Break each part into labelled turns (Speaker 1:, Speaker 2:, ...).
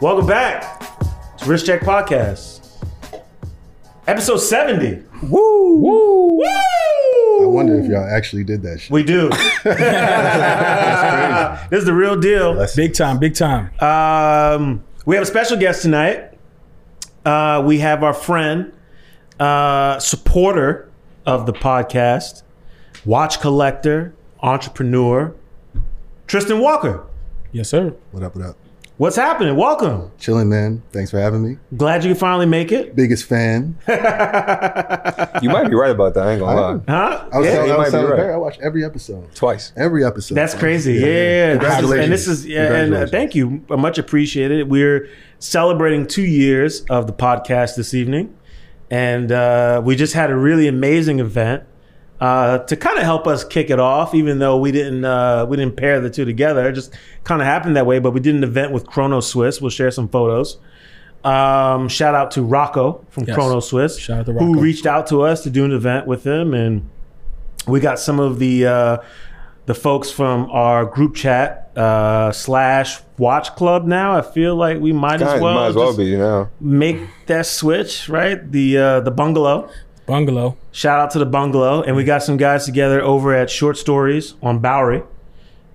Speaker 1: Welcome back to Rich Check Podcast, episode seventy. Woo! Woo! Woo!
Speaker 2: I wonder if y'all actually did that shit.
Speaker 1: we do. this is the real deal.
Speaker 3: Big time, big time.
Speaker 1: Um, we have a special guest tonight. Uh, we have our friend, uh, supporter of the podcast, watch collector, entrepreneur, Tristan Walker.
Speaker 3: yes, sir.
Speaker 2: What up, what up?
Speaker 1: What's happening? Welcome.
Speaker 2: Chilling, man. Thanks for having me.
Speaker 1: Glad you could finally make it.
Speaker 2: Biggest fan.
Speaker 4: You might be right about that. I ain't gonna lie.
Speaker 1: Huh?
Speaker 2: I was
Speaker 1: Yeah.
Speaker 2: telling,
Speaker 4: you
Speaker 2: I,
Speaker 4: might
Speaker 2: was
Speaker 4: be
Speaker 2: telling
Speaker 4: right.
Speaker 2: Perry, I watch every episode.
Speaker 4: Twice.
Speaker 2: Every episode.
Speaker 1: That's
Speaker 3: um,
Speaker 1: crazy. Yeah.
Speaker 2: Congratulations.
Speaker 1: And this is yeah, and uh,
Speaker 2: Congratulations.
Speaker 1: thank you. Uh, Much appreciated. We're celebrating two years of the podcast this evening. And uh, we just had a really amazing event uh, to kind of help us kick it off, even though we didn't uh, we didn't pair the two together. It just kind of happened that way. But we did an event with Chrono Swiss. We'll share some photos. Um, shout out to Rocco from
Speaker 3: Yes.
Speaker 1: Chrono Swiss,
Speaker 3: Shout out to
Speaker 1: who
Speaker 3: Rocco.
Speaker 1: reached out to us to do an event with him, and we got some of the uh, the folks from our group chat uh, slash watch club. Now I feel like we might
Speaker 4: Guys,
Speaker 1: as well,
Speaker 4: might as well
Speaker 1: just
Speaker 4: be, you know.
Speaker 1: make that switch, right? The uh, the bungalow.
Speaker 3: Bungalow.
Speaker 1: Shout out to the bungalow, and we got some guys together over at Short Stories on Bowery,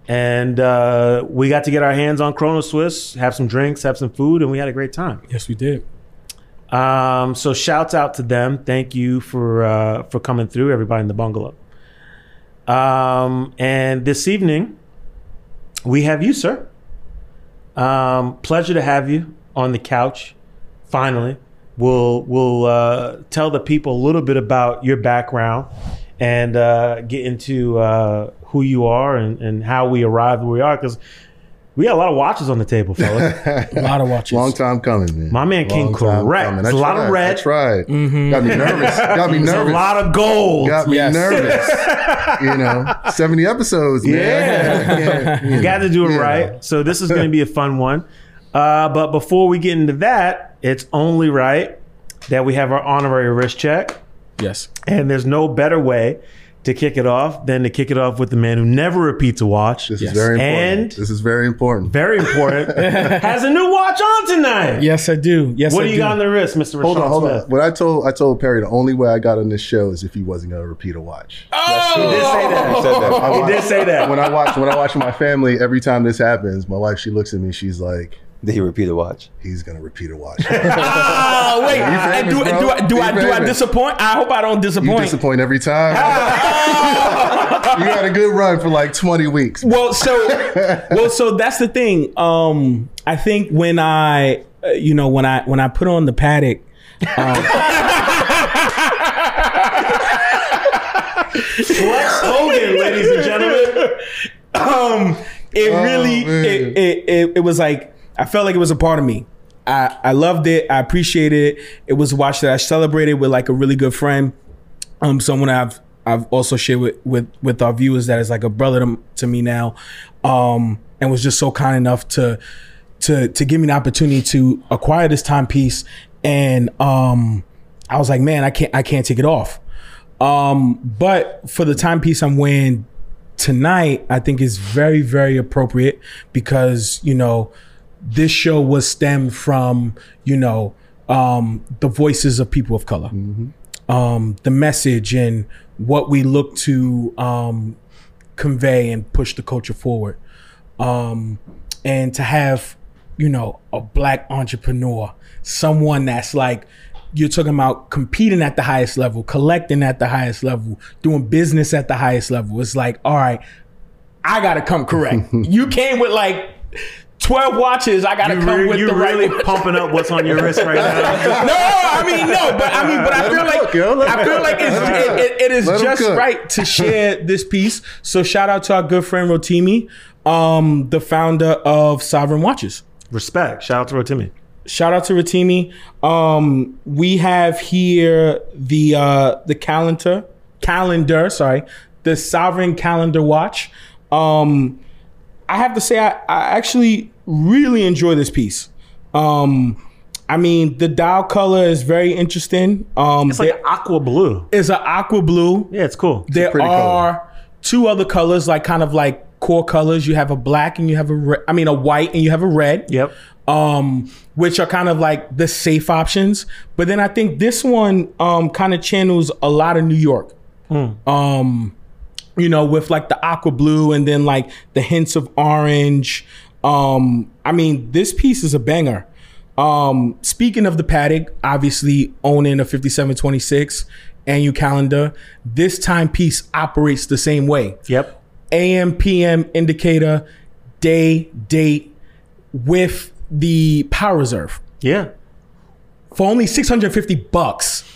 Speaker 1: and uh, we got to get our hands on Chrono Swiss, have some drinks, have some food, and we had a great time.
Speaker 3: Yes, we did.
Speaker 1: Um, so shouts out to them. Thank you for uh, for coming through, everybody in the bungalow. Um, and this evening, we have you, sir. Um, pleasure to have you on the couch. Finally, we'll we'll uh, tell the people a little bit about your background and uh, get into uh, who you are and, and how we arrived where we are because we got a lot of watches on the table, fellas.
Speaker 3: A lot of watches.
Speaker 2: Long time coming, man.
Speaker 1: My man came
Speaker 2: Long time
Speaker 1: correct.
Speaker 2: coming. I
Speaker 1: It's a lot of
Speaker 2: tried,
Speaker 1: red.
Speaker 2: I tried. Got me nervous. Got me
Speaker 1: It's a
Speaker 2: nervous.
Speaker 1: lot of gold.
Speaker 2: Got me
Speaker 3: Yes.
Speaker 2: nervous. you know, 70 episodes, man.
Speaker 1: Yeah.
Speaker 2: yeah.
Speaker 1: You got to do it
Speaker 2: Yeah.
Speaker 1: right. So this is going to be a fun one. Uh, but before we get into that, it's only right that we have our honorary wrist check,
Speaker 3: Yes.
Speaker 1: and there's no better way to kick it off than to kick it off with the man who never repeats a watch.
Speaker 2: This
Speaker 3: Yes.
Speaker 2: is very important.
Speaker 1: And-
Speaker 2: this is very important.
Speaker 1: Very important. Has a new watch on tonight.
Speaker 3: Yes, I do. Yes,
Speaker 1: What
Speaker 3: I
Speaker 1: do you
Speaker 3: do.
Speaker 1: got on the wrist, Mr.
Speaker 2: Hold
Speaker 1: Rashawn
Speaker 2: on, hold
Speaker 1: Smith?
Speaker 2: on. What I told I told Perry the only way I got on this show is if he wasn't gonna repeat a watch.
Speaker 1: He did say that.
Speaker 4: You said that.
Speaker 2: I
Speaker 1: He did say that.
Speaker 2: when I watch when I watch my family, every time this happens, my wife she looks at me, she's like,
Speaker 4: Did he repeat the watch?
Speaker 2: "He's gonna repeat a watch."
Speaker 3: Oh wait, and do,
Speaker 2: famous,
Speaker 3: do I
Speaker 2: bro.
Speaker 3: do
Speaker 2: You
Speaker 3: I do I
Speaker 2: famous.
Speaker 3: disappoint? I hope I don't
Speaker 2: you
Speaker 3: disappoint.
Speaker 2: disappoint every time.
Speaker 3: Ah.
Speaker 2: you had a good run for like twenty weeks.
Speaker 3: Well, so well, so that's the thing. Um, I think when I, uh, you know, when I when I put on the paddock.
Speaker 1: Flex Hogan, ladies and gentlemen.
Speaker 3: um, it
Speaker 2: Oh,
Speaker 3: really
Speaker 2: man.
Speaker 3: it, it, it it was like I felt like it was a part of me. I I loved it. I appreciated it. It was a watch that I celebrated with like a really good friend, um, someone I've I've also shared with with with our viewers that is like a brother to, to me now, um, and was just so kind enough to to to give me the opportunity to acquire this timepiece, and um, I was like, man, I can't I can't take it off. Um, but for the timepiece I'm wearing tonight I think is very, very appropriate because, you know, this show was stemmed from, you know, um, the voices of people of color, um, the message, and what we look to um, convey and push the culture forward. Um, and to have, you know, a black entrepreneur, someone that's like, you're talking about competing at the highest level, collecting at the highest level, doing business at the highest level. It's like, all right, I gotta come correct. you came with like 12 watches. I gotta
Speaker 1: You
Speaker 3: come
Speaker 1: re-
Speaker 3: with
Speaker 1: you
Speaker 3: the
Speaker 1: really
Speaker 3: right.
Speaker 1: pumping up what's on your wrist right now.
Speaker 3: No, I mean no, but I mean, but I
Speaker 2: Let
Speaker 3: feel
Speaker 2: him
Speaker 3: like
Speaker 2: cook, yo. Let
Speaker 3: I
Speaker 2: him
Speaker 3: feel
Speaker 2: cook.
Speaker 3: like it's, it, it- it is
Speaker 2: Let him
Speaker 3: just
Speaker 2: cook.
Speaker 3: right to share this piece. So shout out to our good friend Rotimi, um, the founder of Sovereign Watches.
Speaker 1: Respect. Shout out to Rotimi.
Speaker 3: Shout out to Rotimi. Um, we have here the uh, the calendar calendar. Sorry, the Sovereign Calendar Watch. Um, I have to say, I, I actually really enjoy this piece. Um, I mean, the dial color is very interesting. Um,
Speaker 1: It's like aqua blue.
Speaker 3: it's an aqua blue.
Speaker 1: Yeah, it's cool.
Speaker 3: There
Speaker 2: pretty color.
Speaker 3: are two other colors, like kind of like core colors. You have a black and you have a red. I mean, a white and you have a red
Speaker 1: Yep.
Speaker 3: um, which are kind of like the safe options. But then I think this one um, kind of channels a lot of New York. Um, you know, with like the aqua blue and then like the hints of orange. Um, I mean, this piece is a banger. Um, speaking of the Paddock, obviously owning a 5726 and you calendar, this timepiece operates the same way.
Speaker 1: Yep.
Speaker 3: AM PM indicator, day date with the power reserve
Speaker 1: Yeah.
Speaker 3: for only 650 bucks.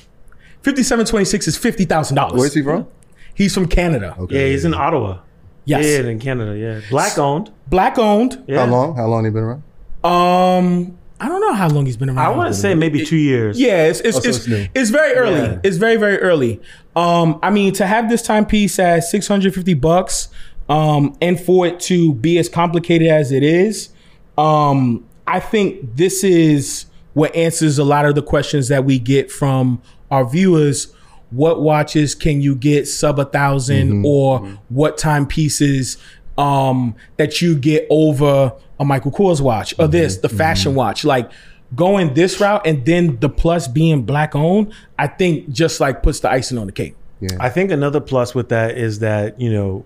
Speaker 3: 5726 is
Speaker 2: Where's
Speaker 3: $50,000.
Speaker 2: he from?
Speaker 3: He's from Canada.
Speaker 1: Yeah, he's in Ottawa.
Speaker 3: Yes.
Speaker 1: Yeah, in Canada. Yeah. Black owned.
Speaker 3: Black owned.
Speaker 1: Yeah.
Speaker 2: How long? How long he been around?
Speaker 3: Um I don't know how long he's been around.
Speaker 1: I want to say maybe two years.
Speaker 3: Yeah, it's it's,
Speaker 2: Oh, so
Speaker 3: it's,
Speaker 2: it's new.
Speaker 3: it's, very early.
Speaker 1: Yeah.
Speaker 3: It's very very early. Um, I mean, to have this timepiece at six hundred fifty bucks, um, and for it to be as complicated as it is, um, I think this is what answers a lot of the questions that we get from our viewers. What watches can you get sub a 1000 or what timepieces um, that you get over a Michael Kors watch or this, the fashion watch? Like going this route and then the plus being black owned, I think just like puts the icing on the cake.
Speaker 1: I think another plus with that is that you know,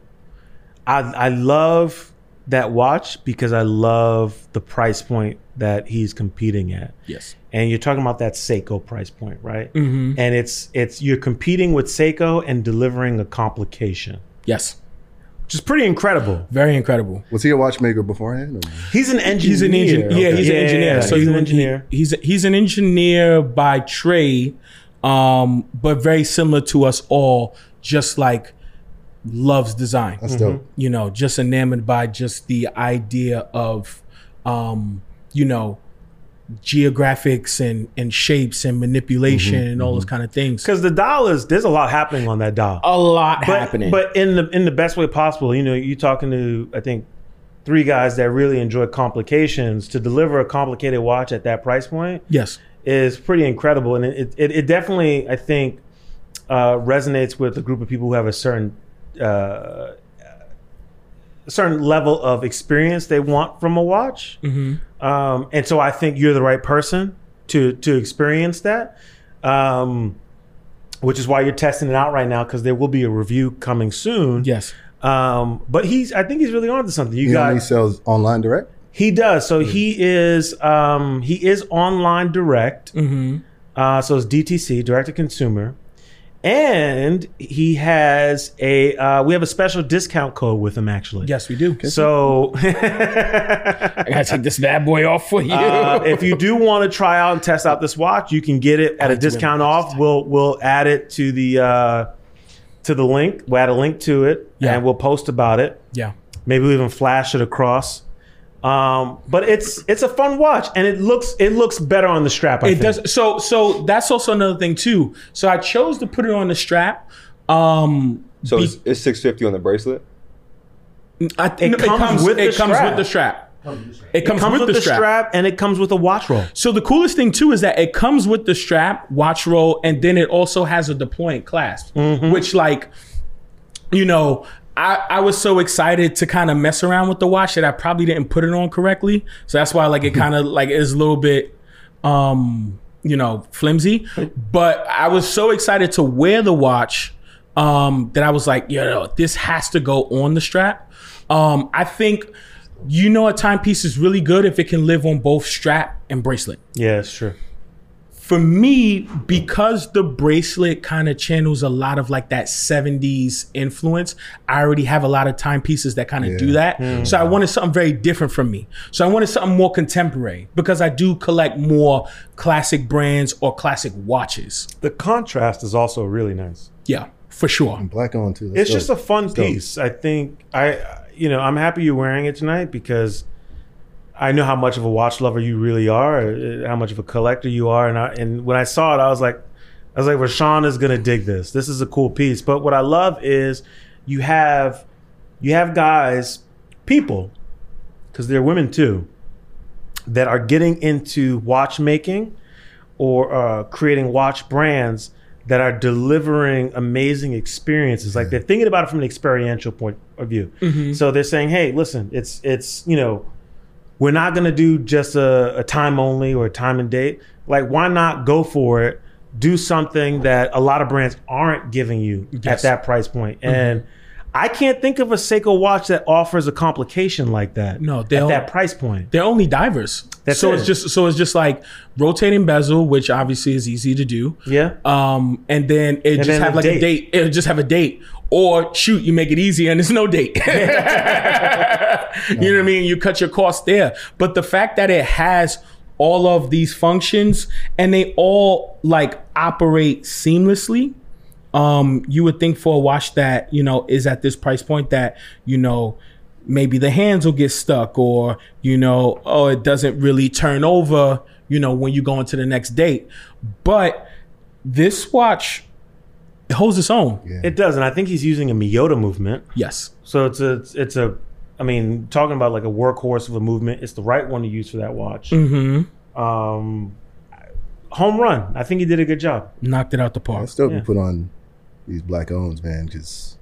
Speaker 1: I I love that watch because I love the price point that he's competing at.
Speaker 3: Yes.
Speaker 1: And you're talking about that Seiko price point, right?
Speaker 3: Mm-hmm.
Speaker 1: And it's it's you're competing with Seiko and delivering a complication,
Speaker 3: Yes.
Speaker 1: which is pretty incredible.
Speaker 3: Very incredible.
Speaker 2: Was he a watchmaker beforehand? Or?
Speaker 1: He's an engineer.
Speaker 3: He's an engineer. Yeah, he's an engineer.
Speaker 1: So he's
Speaker 3: he-
Speaker 1: an engineer.
Speaker 3: he- he's he's an engineer by trade, um, but very similar to us all. Just like loves design.
Speaker 2: That's dope.
Speaker 3: you know, just enamored by just the idea of, um, you know, geographics and and shapes and manipulation and all those kind of things.
Speaker 1: Because the dial is there's a lot happening on that dial.
Speaker 3: A lot
Speaker 1: but,
Speaker 3: Oh, happening.
Speaker 1: But in the in the best way possible. You know, you talking to I think three guys that really enjoy complications to deliver a complicated watch at that price point
Speaker 3: yes,
Speaker 1: is pretty incredible, and it it, it definitely I think uh, resonates with a group of people who have a certain. Uh, a certain level of experience they want from a watch um, and so I think you're the right person to to experience that, um, which is why you're testing it out right now because there will be a review coming soon.
Speaker 3: yes,
Speaker 1: Um, but he's I think he's really onto something. You
Speaker 2: He
Speaker 1: got
Speaker 2: only sells online direct.
Speaker 1: he does so
Speaker 3: Mm-hmm.
Speaker 1: he is um, he is online direct.
Speaker 3: Mm-hmm.
Speaker 1: Uh, so it's DTC direct to consumer. And he has a uh, we have a special discount code with him actually.
Speaker 3: yes, we do.
Speaker 1: So
Speaker 3: I gotta take this bad boy off for you.
Speaker 1: Uh, if you do want to try out and test out this watch, you can get it at a discount off. We'll we'll add it to the uh, to the link. We'll add a link to it,
Speaker 3: Yeah.
Speaker 1: and we'll post about it.
Speaker 3: yeah,
Speaker 1: Maybe we'll even flash it across. Um, but it's it's a fun watch, and it looks it looks better on the strap. I
Speaker 3: it
Speaker 1: think.
Speaker 3: does. So, so that's also another thing too. So I chose to put it on the strap. Um,
Speaker 4: So it's, it's 650 on the bracelet.
Speaker 3: I, it,
Speaker 1: comes with the
Speaker 3: it comes
Speaker 1: strap.
Speaker 3: with the strap. It comes,
Speaker 1: Comes
Speaker 3: with, the strap.
Speaker 1: and it comes with a watch roll.
Speaker 3: So the coolest thing too is that it comes with the strap, watch roll, and then it also has a deployant clasp, which like, you know, I, I was so excited to kind of mess around with the watch that I probably didn't put it on correctly. So that's why like it kind of like is a little bit um you know, flimsy. But I was so excited to wear the watch um, that I was like, yo, this has to go on the strap. Um, I think you know a timepiece is really good if it can live on both strap and bracelet.
Speaker 1: Yeah, it's true.
Speaker 3: For me, because the bracelet kind of channels a lot of like that 70s influence, I already have a lot of timepieces that kind of do that. So I wanted something very different from me. So I wanted something more contemporary because I do collect more classic brands or classic watches.
Speaker 1: The contrast is also really nice.
Speaker 3: Yeah, for sure.
Speaker 2: Black on too.
Speaker 1: It's just a fun piece. I think I, you know, I'm happy you're wearing it tonight because I know how much of a watch lover you really are, uh, how much of a collector you are, and I, and when I saw it, I was like, I was like, Rashawn is gonna dig this. This is a cool piece. But what I love is you have you have guys, people, because they're women too, that are getting into watchmaking or uh, creating watch brands that are delivering amazing experiences. Like they're thinking about it from an experiential point of view.
Speaker 3: Mm-hmm.
Speaker 1: So they're saying, "Hey, listen, it's it's you know, we're not gonna do just a, a time only or a time and date. Like, why not go for it? Do something that a lot of brands aren't giving you at
Speaker 3: Yes. Mm-hmm.
Speaker 1: that price point. And I can't think of a Seiko watch that offers a complication like that.
Speaker 3: No, they
Speaker 1: at
Speaker 3: don't.
Speaker 1: that price point.
Speaker 3: They're only divers.
Speaker 1: That's
Speaker 3: so
Speaker 1: it.
Speaker 3: it's just so it's just like rotating bezel, which obviously is easy to do.
Speaker 1: Yeah.
Speaker 3: Um, and then it just
Speaker 1: then
Speaker 3: have
Speaker 1: a
Speaker 3: like a
Speaker 1: date.
Speaker 3: date. It'll just have a date. Or shoot, you make it easier and there's no date. you know what I mean? You cut your cost there. But the fact that it has all of these functions and they all like operate seamlessly um, you would think for a watch that you know is at this price point that you know maybe the hands will get stuck or you know oh it doesn't really turn over you know when you go into the next date but this watch it holds its own
Speaker 1: It does, and I think he's using a Miyota movement.
Speaker 3: yes
Speaker 1: So it's a it's, it's a I mean, talking about like a workhorse of a movement, it's the right one to use for that watch.
Speaker 2: Mm-hmm.
Speaker 3: Mm-hmm.
Speaker 1: Um, home run. I think he did a good job.
Speaker 3: knocked it out the
Speaker 2: I
Speaker 3: park
Speaker 2: still be put on these black owns, man, because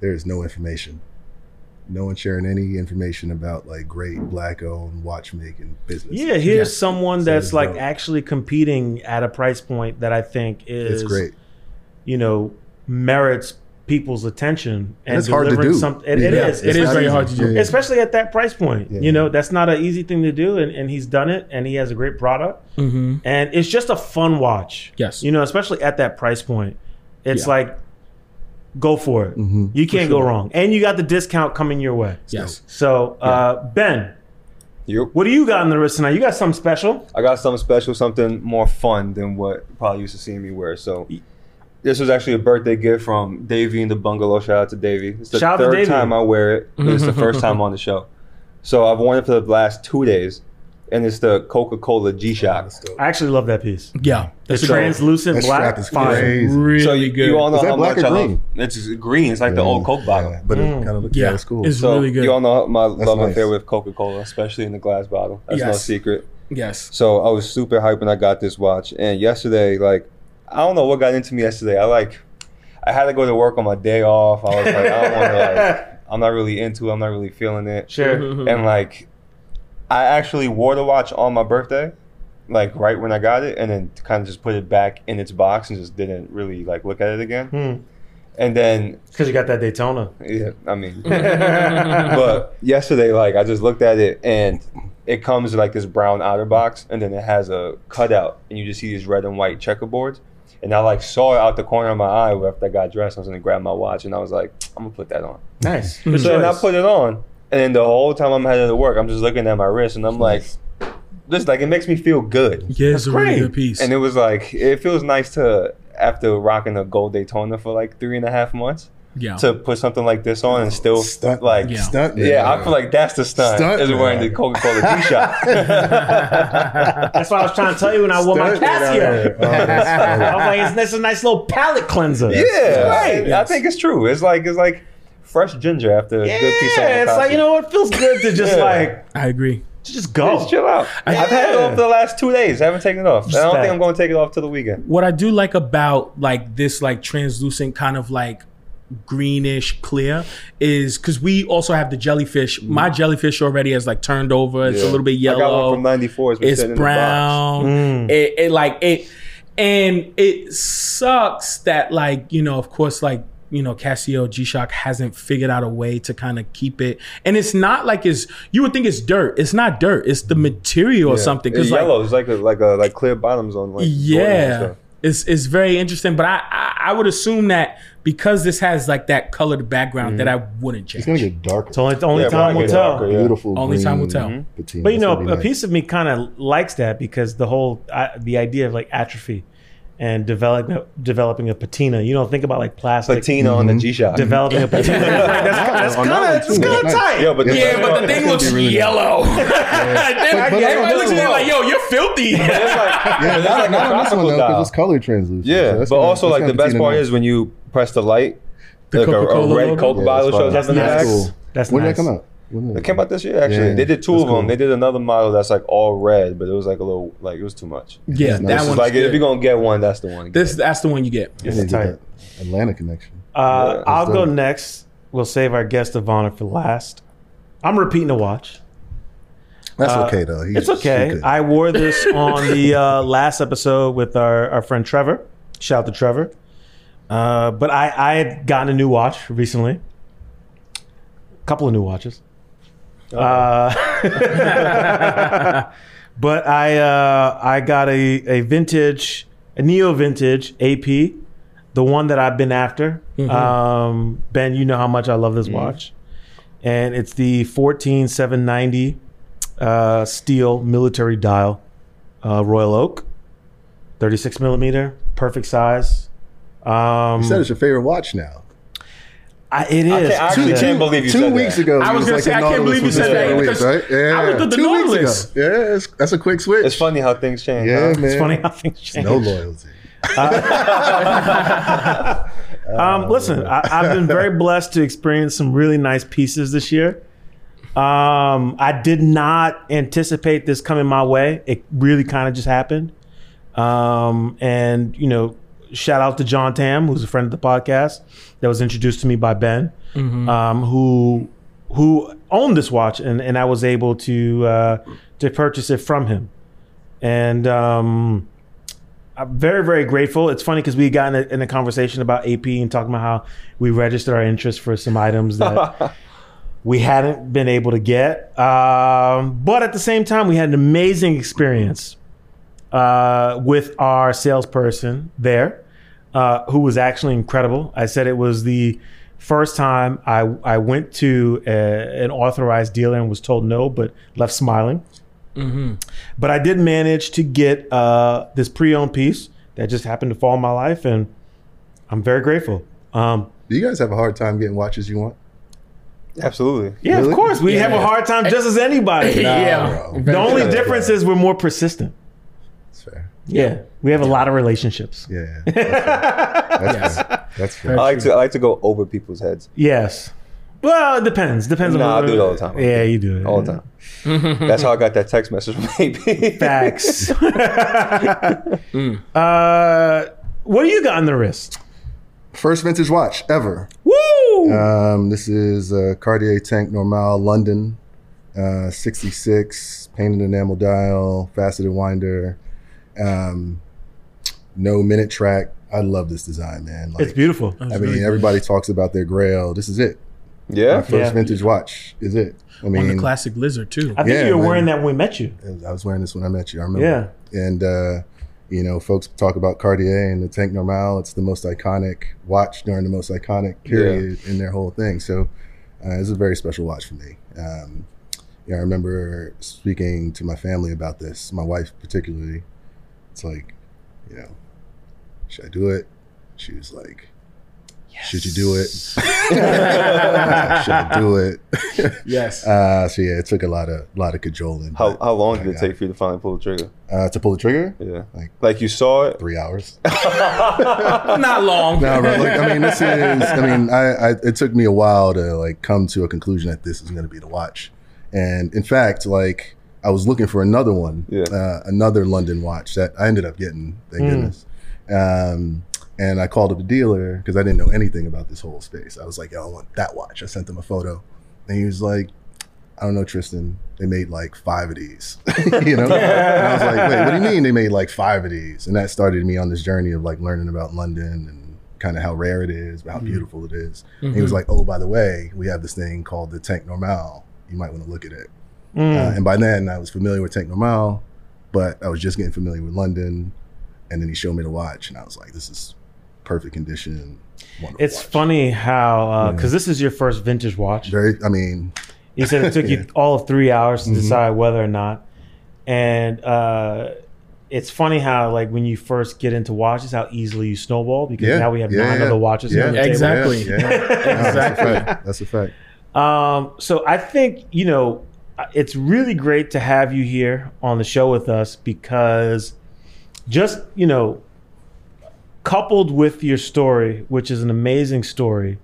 Speaker 2: there is no information. No one sharing any information about like great black owned watchmaking business.
Speaker 1: Yeah, here's someone that's
Speaker 2: it's
Speaker 1: like
Speaker 2: dope.
Speaker 1: actually competing at a price point that I think is
Speaker 2: it's great.
Speaker 1: You know, merits people's attention and,
Speaker 2: it's hard to
Speaker 1: delivering
Speaker 2: do.
Speaker 1: some- it- it
Speaker 2: Yeah.
Speaker 1: is.
Speaker 2: It
Speaker 1: It's
Speaker 3: is
Speaker 1: not
Speaker 3: very
Speaker 1: easy.
Speaker 3: hard to do.
Speaker 2: Yeah.
Speaker 1: especially at that price point.
Speaker 2: Yeah.
Speaker 1: You know, that's not an easy thing to do, and, and he's done it, and he has a great product, mm-hmm. and it's just a fun watch.
Speaker 3: Yes.
Speaker 1: you know, especially at that price point, it's
Speaker 3: Yeah.
Speaker 1: like go for it. You can't go wrong, and you got the discount coming your way.
Speaker 3: yes
Speaker 1: So, uh, Ben,
Speaker 4: You?
Speaker 1: what do you got on the wrist tonight? You got something special?
Speaker 4: I got something special, something more fun than what you probably used to see me wear. So this was actually a birthday gift from Davey in the Bungalow. Shout out to Davey. It's the
Speaker 1: Shout out to
Speaker 4: third
Speaker 1: Davey.
Speaker 4: time I wear it. but It's the first time on the show. So I've worn it for the last two days, and it's the Coca-Cola G-Shock.
Speaker 1: I actually love that piece.
Speaker 3: yeah
Speaker 1: The
Speaker 3: that's
Speaker 1: translucent
Speaker 2: That
Speaker 1: black
Speaker 2: strap is
Speaker 1: fire.
Speaker 2: crazy.
Speaker 3: really
Speaker 4: so you,
Speaker 3: good
Speaker 4: you all know
Speaker 2: Is that
Speaker 4: how
Speaker 2: black
Speaker 4: much
Speaker 2: or
Speaker 4: I love.
Speaker 2: green?
Speaker 4: It's green. It's like the old Coke bottle.
Speaker 2: Yeah, but it kind of looks
Speaker 3: Yeah.
Speaker 2: yeah, it's cool.
Speaker 3: It's-
Speaker 4: So
Speaker 3: really good.
Speaker 4: you all know my love
Speaker 2: nice.
Speaker 4: affair with Coca-Cola, especially in the glass bottle. That's no
Speaker 3: Yes.
Speaker 4: secret.
Speaker 3: yes
Speaker 4: So I was super hyped when I got this watch. And yesterday, like, I don't know what got into me yesterday. I like, I had to go to work on my day off. I was like, I don't want to like, I'm not really into it. I'm not really feeling it.
Speaker 1: Sure.
Speaker 3: Mm-hmm.
Speaker 4: And like, I actually wore the watch on my birthday, like right when I got it, and then kind of just put it back in its box and just didn't really like look at it again.
Speaker 3: Hmm.
Speaker 4: And then
Speaker 1: Because you got that Daytona.
Speaker 4: yeah, I mean, but yesterday, like, I just looked at it and it comes in, like this brown outer box, and then it has a cutout, and you just see these red and white checkerboards. And I like saw it out the corner of my eye after I got dressed. I was gonna grab my watch, and I was like, I'm gonna put that on.
Speaker 1: Nice.
Speaker 4: So then I put it on, and then the whole time I'm headed to work, I'm just looking at my wrist, and I'm like, this like it makes me feel good.
Speaker 3: yeah it's a
Speaker 1: great.
Speaker 3: really good piece
Speaker 4: And it was like it feels nice to after rocking a gold Daytona for like three and a half months
Speaker 3: yeah
Speaker 4: to put something like this on and still
Speaker 2: Stunt
Speaker 4: like
Speaker 3: Yeah.
Speaker 2: stunt.
Speaker 4: yeah, I feel like that's the stunt.
Speaker 2: Stunt
Speaker 4: is wearing
Speaker 2: man.
Speaker 4: the Coca Cola T shot.
Speaker 1: That's what I was trying to tell you when I wore my
Speaker 2: Stunt man out
Speaker 1: Casio.
Speaker 2: there. Oh, that's funny.
Speaker 1: I was like, it's, that's a nice little palate cleanser.
Speaker 4: yeah, right. I think it's true. It's like it's like fresh ginger after a good piece of
Speaker 1: Yeah, it's like, you know, it feels good to just
Speaker 4: Yeah.
Speaker 1: like,
Speaker 3: i agree
Speaker 1: to just go.
Speaker 4: Just chill out. I've had it
Speaker 1: Yeah.
Speaker 4: off for the last two days. I haven't taken it off. And I don't
Speaker 1: that.
Speaker 4: think I'm going to take it off till the weekend.
Speaker 3: what I do like about like this like translucent kind of like greenish clear is because we also have the jellyfish. My jellyfish already has like turned over. It's a
Speaker 4: Mm. Yeah.
Speaker 3: little bit
Speaker 4: I
Speaker 3: yellow.
Speaker 4: got one from '94.
Speaker 3: It's brown.
Speaker 4: Mm.
Speaker 3: It, it like it, and it sucks that like you know, of course, like you know, Casio G Shock hasn't figured out a way to kind of keep it. And it's not like it's you would think it's dirt. It's not dirt. It's the material or something.
Speaker 4: It's
Speaker 3: like,
Speaker 4: yellow. It's like a, like a, like clear bottoms on like Jordans and
Speaker 3: yeah,
Speaker 4: stuff.
Speaker 3: it's it's very interesting. But I, I I would assume that because this has like that colored background
Speaker 4: Mm.
Speaker 3: that I wouldn't
Speaker 2: It's gonna get
Speaker 3: change.
Speaker 2: darker.
Speaker 1: It's only, only
Speaker 4: Yeah,
Speaker 1: time
Speaker 4: but I
Speaker 1: will
Speaker 4: get
Speaker 1: tell.
Speaker 4: darker, yeah.
Speaker 2: Beautiful.
Speaker 3: Only time will tell.
Speaker 2: green patina.
Speaker 1: But you
Speaker 2: It's
Speaker 1: know,
Speaker 2: gonna be
Speaker 1: a
Speaker 2: nice.
Speaker 1: piece of me kind of likes that because the whole I, the idea of like atrophy and develop, developing a patina. You don't think about like plastic
Speaker 4: Patina on
Speaker 3: Mm-hmm.
Speaker 4: the G-Shock.
Speaker 1: developing a patina. Like, that's
Speaker 2: On
Speaker 1: kind
Speaker 2: that one,
Speaker 1: of that's
Speaker 2: too,
Speaker 1: kind of
Speaker 2: that's
Speaker 1: tight.
Speaker 4: Yeah, but
Speaker 3: Yeah, but the
Speaker 4: it's
Speaker 3: thing
Speaker 4: gonna
Speaker 3: looks
Speaker 4: be really
Speaker 3: yellow. Then
Speaker 2: But- but
Speaker 3: everybody
Speaker 2: on
Speaker 3: looks
Speaker 2: this
Speaker 3: at it
Speaker 2: one-
Speaker 3: like, yo, you're filthy.
Speaker 4: nice. It's like,
Speaker 2: Yeah,
Speaker 4: it's
Speaker 2: not,
Speaker 4: like a
Speaker 2: not on this one
Speaker 4: tropical
Speaker 2: though,
Speaker 4: dial.
Speaker 2: because it's color translucent.
Speaker 4: Yeah, but also like the best part is when you press the light, like a, a
Speaker 3: Coca-Cola
Speaker 4: red
Speaker 3: logo?
Speaker 4: Coke
Speaker 2: Yeah,
Speaker 4: bottle
Speaker 2: that's
Speaker 4: shows
Speaker 2: fine.
Speaker 4: up in the
Speaker 1: That's
Speaker 4: back.
Speaker 1: cool. That's
Speaker 2: when
Speaker 1: nice.
Speaker 2: did that come out? When did
Speaker 4: It came out this year actually.
Speaker 2: Yeah,
Speaker 4: they did two
Speaker 2: that's
Speaker 4: of them.
Speaker 2: cool.
Speaker 4: They did another model that's like all red, but it was like a little like it was too much.
Speaker 3: Yeah,
Speaker 2: Nice.
Speaker 3: that
Speaker 2: It's
Speaker 3: one's
Speaker 4: like if
Speaker 3: good.
Speaker 4: you're gonna get one, that's the one.
Speaker 3: This that's the one you get.
Speaker 2: When they did
Speaker 1: tight.
Speaker 2: that Atlanta connection.
Speaker 1: Uh,
Speaker 4: Yeah,
Speaker 1: I'll
Speaker 2: it's
Speaker 1: go
Speaker 2: dope.
Speaker 1: next. We'll save our guest of honor for last. I'm repeating a watch.
Speaker 2: That's okay though. He-
Speaker 1: It's
Speaker 2: he
Speaker 1: okay.
Speaker 2: good.
Speaker 1: I wore this on the uh, last episode with our, our friend Trevor. Shout out to Trevor. Uh, but I, I had gotten a new watch recently, a couple of new watches. Uh, but I uh, I got a, a vintage, a neo vintage AP, the one that I've been after. Um, ben, you know how much I love this watch, and it's the fourteen seven ninety uh, steel military dial, uh, Royal Oak, 36 millimeter, perfect size. Um,
Speaker 2: You said it's your favorite watch now.
Speaker 1: I, it
Speaker 4: I
Speaker 1: is.
Speaker 4: can't- I actually
Speaker 1: Two-
Speaker 4: can't believe you
Speaker 2: Two
Speaker 4: said that.
Speaker 2: weeks ago,
Speaker 3: I was
Speaker 2: it
Speaker 3: gonna say,
Speaker 2: the
Speaker 3: I can't
Speaker 2: Nautilus
Speaker 3: believe you
Speaker 2: was
Speaker 3: said
Speaker 2: the
Speaker 3: that,
Speaker 2: favorite
Speaker 3: because
Speaker 2: right? Yeah,
Speaker 3: I would do the
Speaker 2: two weeks
Speaker 3: Nautilus.
Speaker 2: ago. Yeah, it's, that's a quick switch.
Speaker 4: it's funny how things change.
Speaker 2: Yeah,
Speaker 4: huh?
Speaker 2: man.
Speaker 1: it's funny how things change.
Speaker 2: No loyalty.
Speaker 1: Um, listen, I, I've been very blessed to experience some really nice pieces this year. Um, I did not anticipate this coming my way. It really kind of just happened. Um, and you know, shout out to John Tam, who's a friend of the podcast that was introduced to me by Ben, um, who who owned this watch, and and I was able to uh, to purchase it from him. And um, I'm very, very grateful. It's funny because we got in a, in a conversation about AP and talking about how we registered our interest for some items that we hadn't been able to get. Um, but at the same time, we had an amazing experience uh, with our salesperson there, uh, who was actually incredible. I said it was the first time I, I went to a, an authorized dealer and was told no, but left smiling. But I did manage to get uh, this pre-owned piece that just happened to fall in my life, and I'm very grateful. Um,
Speaker 2: Do you guys have a hard time getting watches you want?
Speaker 4: Absolutely.
Speaker 1: yeah,
Speaker 2: Really?
Speaker 1: of course, we have a
Speaker 3: Yeah.
Speaker 1: hard time just as anybody.
Speaker 3: yeah.
Speaker 2: bro.
Speaker 1: The only difference is we're more persistent.
Speaker 2: That's fair.
Speaker 1: Yeah, we have a lot of relationships.
Speaker 2: Yeah, that's fair. That's fair. That's fair.
Speaker 4: I like to I like to go over people's heads.
Speaker 1: Yes. Well, it depends. Depends
Speaker 4: Nah,
Speaker 1: on.
Speaker 4: I do it all the time.
Speaker 1: Yeah, you do it
Speaker 4: all the time. That's how I got that text message from AP.
Speaker 1: Facts.
Speaker 3: Mm.
Speaker 1: uh, what do you got on the wrist?
Speaker 2: First vintage watch ever.
Speaker 1: Woo!
Speaker 4: Uh,
Speaker 2: Um, this is a Cartier Tank Normal London, uh, 66, painted enamel dial, faceted winder, um, no minute track. I love this design, man.
Speaker 1: it's
Speaker 2: Like,
Speaker 1: beautiful.
Speaker 2: I mean, everybody talks about their Grail. This is it.
Speaker 4: Yeah.
Speaker 2: First
Speaker 1: Yeah.
Speaker 2: vintage watch is it. I
Speaker 3: On the
Speaker 2: mean,
Speaker 3: classic lizard too.
Speaker 1: I think
Speaker 2: yeah,
Speaker 1: you were
Speaker 2: man.
Speaker 1: wearing that when we met you.
Speaker 2: I was wearing this when I met you. I remember. Yeah. And uh, you know, folks talk about Cartier and the Tank Normal. It's the most iconic watch during the most iconic period in their whole thing. So uh, it's a very special watch for me. Um, you know, I remember speaking to my family about this, my wife particularly. It's like, you know, should I do it? She was like, should you do it? should I do it?
Speaker 3: Yes.
Speaker 2: Uh, so yeah, it took a lot of lot of cajoling.
Speaker 4: How,
Speaker 2: but,
Speaker 4: how long did
Speaker 2: Yeah.
Speaker 4: it take for you to finally pull the trigger?
Speaker 2: uh, to pull the trigger?
Speaker 4: Yeah.
Speaker 2: Like-
Speaker 4: Like, you saw it.
Speaker 2: Three hours.
Speaker 3: Not long.
Speaker 2: No, but look, I mean, this is. I mean, I, I it took me a while to like come to a conclusion that this is going to be the watch, and in fact, like I was looking for another one,
Speaker 4: Yeah.
Speaker 2: uh, another London watch that I ended up getting. Thank goodness. Um, And I called up the dealer because I didn't know anything about this whole space. I was like, yo, I want that watch. I sent them a photo. And he was like, I don't know, Tristan. They made like five of these, you know. and I was like, "Wait, what do you mean they made like five of these?" And that started me on this journey of like learning about London and kind of how rare it is, how beautiful it is. And he was like, "Oh, by the way, we have this thing called the Tank Normal. You might want to look at it." Uh, and by then, I was familiar with Tank Normal, but I was just getting familiar with London. And then he showed me the watch, and I was like, "This is perfect condition. Wonderful
Speaker 1: It's
Speaker 2: watch."
Speaker 1: funny how because this is your first vintage watch.
Speaker 2: Very. I mean,
Speaker 1: You said it took you all of three hours to
Speaker 2: Mm-hmm.
Speaker 1: decide whether or not. And uh, it's funny how, like, when you first get into watches, how easily you snowball because
Speaker 2: yeah.
Speaker 1: now we have
Speaker 2: yeah,
Speaker 1: nine
Speaker 2: yeah.
Speaker 1: other watches. here
Speaker 2: Yeah,
Speaker 1: on the table.
Speaker 3: Exactly.
Speaker 2: Yeah, yeah. No, that's a fact. That's a fact.
Speaker 1: Um, so I think you know it's really great to have you here on the show with us because just you know coupled with your story, which is an amazing story,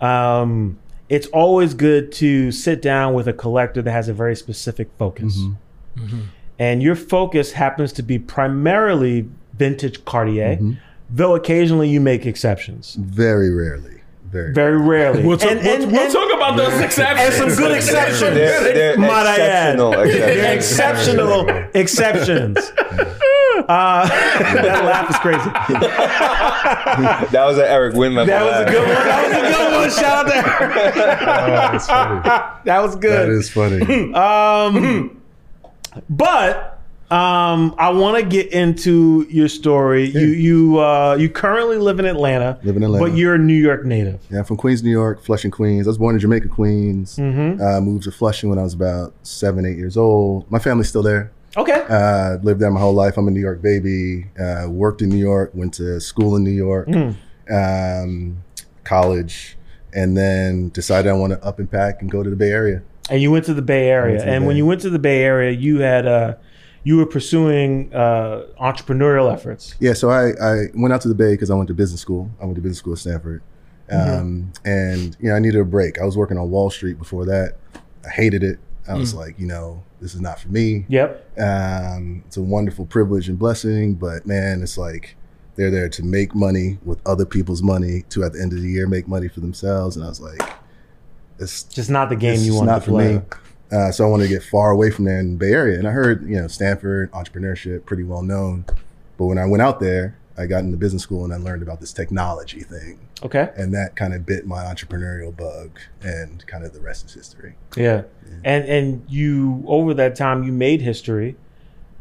Speaker 1: um, it's always good to sit down with a collector that has a very specific focus.
Speaker 3: Mm-hmm.
Speaker 1: And your focus happens to be primarily vintage Cartier,
Speaker 3: Mm-hmm.
Speaker 1: though occasionally you make exceptions.
Speaker 2: Very rarely. Very.
Speaker 1: Very rarely.
Speaker 3: We'll, talk,
Speaker 1: And-
Speaker 3: we'll,
Speaker 1: and-
Speaker 3: we'll
Speaker 1: and-
Speaker 3: talk about those
Speaker 1: and
Speaker 3: exceptions.
Speaker 1: some good exceptions.
Speaker 4: They're- they're
Speaker 1: might I add.
Speaker 4: exceptional,
Speaker 1: They're
Speaker 4: exceptional.
Speaker 1: exceptional exceptions. Uh, that laugh is crazy.
Speaker 4: That was an Eric Wynn level.
Speaker 1: That was a
Speaker 4: laugh.
Speaker 1: good one. That was a good one. Shout out to her.
Speaker 2: that's funny.
Speaker 1: That was
Speaker 2: That
Speaker 1: good. Um,
Speaker 2: is funny.
Speaker 1: but um, I want to get into your story. You you uh, you currently live in Atlanta.
Speaker 2: Live in Atlanta.
Speaker 1: But you're a New York native.
Speaker 2: yeah, I'm from Queens, New York, Flushing, Queens. I was born in Jamaica, Queens. Uh, moved to Flushing when I was about seven, eight years old. My family's still there.
Speaker 1: Okay.
Speaker 2: Uh, lived there my whole life. I'm a New York baby. Uh, worked in New York. Went to school in New York, um, college, and then decided I want to up and pack and go to the Bay Area.
Speaker 1: and you went to the Bay Area.
Speaker 2: to the
Speaker 1: and when
Speaker 2: Bay.
Speaker 1: you went to the Bay Area, you had uh, you were pursuing uh, entrepreneurial efforts.
Speaker 2: Yeah, so I, I went out to the Bay because I went to business school. I went to business school at Stanford. Um, And, you know, I needed a break. I was working on Wall Street before that. I hated it. I was like, you know, this is not for me.
Speaker 1: Yep.
Speaker 2: Um, it's a wonderful privilege and blessing, but man, it's like they're there to make money with other people's money to at the end of the year make money for themselves. And I was like, it's
Speaker 1: Just not the game
Speaker 2: it's
Speaker 1: you
Speaker 2: just
Speaker 1: wanted
Speaker 2: not
Speaker 1: to
Speaker 2: for
Speaker 1: play.
Speaker 2: me. Uh, so I wanted to get far away from there in the Bay Area. And I heard, you know, Stanford entrepreneurship pretty well known. But when I went out there, I got into business school and I learned about this technology thing,
Speaker 1: Okay.
Speaker 2: and that kind of bit my entrepreneurial bug, and kind of the rest is history.
Speaker 1: Yeah. And and you over that time you made history.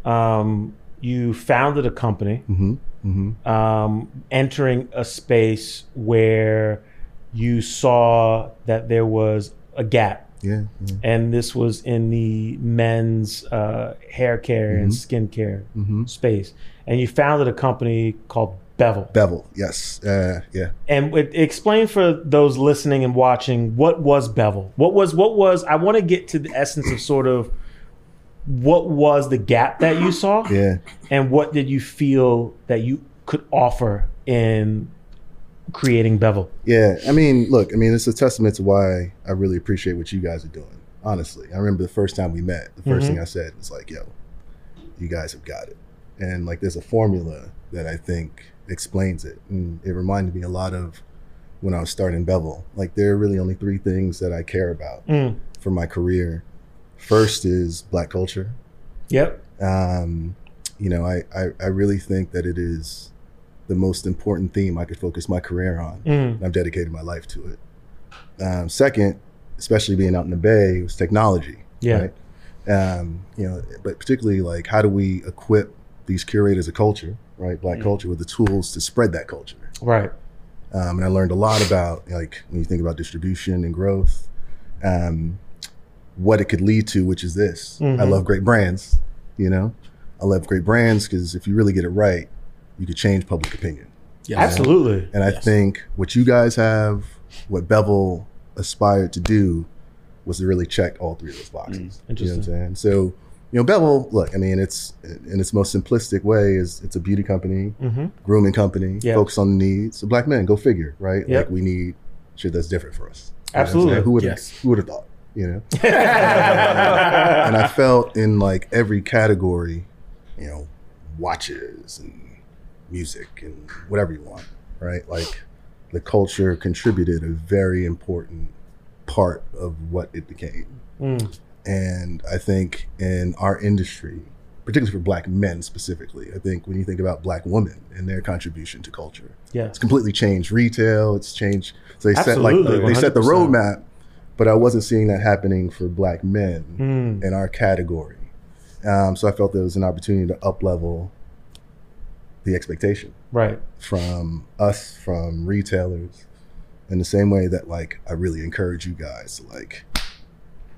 Speaker 1: Um, you founded a company,
Speaker 2: Mm-hmm. Mm-hmm.
Speaker 1: um, entering a space where you saw that there was a gap,
Speaker 2: Yeah, yeah.
Speaker 1: and this was in the men's uh, hair care and
Speaker 2: Mm-hmm.
Speaker 1: skin care space. And you founded a company called Bevel.
Speaker 2: Bevel. Yes. Uh, yeah.
Speaker 1: and it, explain for those listening and watching what was bevel what was what was i want to get to the essence of sort of what was the gap that you saw
Speaker 2: Yeah.
Speaker 1: and what did you feel that you could offer in creating bevel
Speaker 2: Yeah, I mean, look, I mean, it's a testament to why I really appreciate what you guys are doing. Honestly, I remember the first time we met. The 1st thing I said was like, "Yo, you guys have got it," and like, there's a formula that I think explains it, and it reminded me a lot of when I was starting Bevel. Like, there are really only three things that I care about
Speaker 1: Mm.
Speaker 2: for my career. First is Black culture
Speaker 1: yep
Speaker 2: um, you know, I, I, I really think that it is the most important theme I could focus my career on.
Speaker 1: Mm.
Speaker 2: And I've dedicated my life to it. Um, second, especially being out in the Bay, was technology.
Speaker 1: Yeah.
Speaker 2: Um, you know, but particularly like how do we equip these curators of culture, right, black culture, with the tools to spread that culture?
Speaker 1: right
Speaker 2: um, and I learned a lot about like when you think about distribution and growth, um, what it could lead to, which is this. I love great brands, you know. I love great brands because if you really get it right, you could change public opinion.
Speaker 1: absolutely
Speaker 2: And I think what you guys have, what Bevel aspired to do, was to really check all three of those
Speaker 1: Mm.
Speaker 2: boxes. You know what I'm saying? So, you know, Bevel, look, I mean, it's in its most simplistic way is it's a beauty company,
Speaker 1: Mm-hmm.
Speaker 2: grooming company,
Speaker 1: Yeah.
Speaker 2: focused on the needs of black men. Go figure, right?
Speaker 1: Yep.
Speaker 2: Like we need shit that's different for us.
Speaker 1: Absolutely.
Speaker 2: Who would
Speaker 3: Yes.
Speaker 2: who would have thought? You know. and I felt in like every category, you know, watches and music and whatever you want, right? Like the culture contributed a very important part of what it became.
Speaker 1: Mm.
Speaker 2: And I think in our industry, particularly for black men specifically, I think when you think about black women and their contribution to culture,
Speaker 1: Yeah.
Speaker 2: it's completely changed retail. It's changed. So they set like the,
Speaker 1: Absolutely,
Speaker 2: they set the
Speaker 1: 100%.
Speaker 2: roadmap, but I wasn't seeing that happening for black men
Speaker 1: Mm.
Speaker 2: in our category. Um, so I felt there was an opportunity to up level the expectation
Speaker 1: Right.
Speaker 2: from us, from retailers, in the same way that like I really encourage you guys to like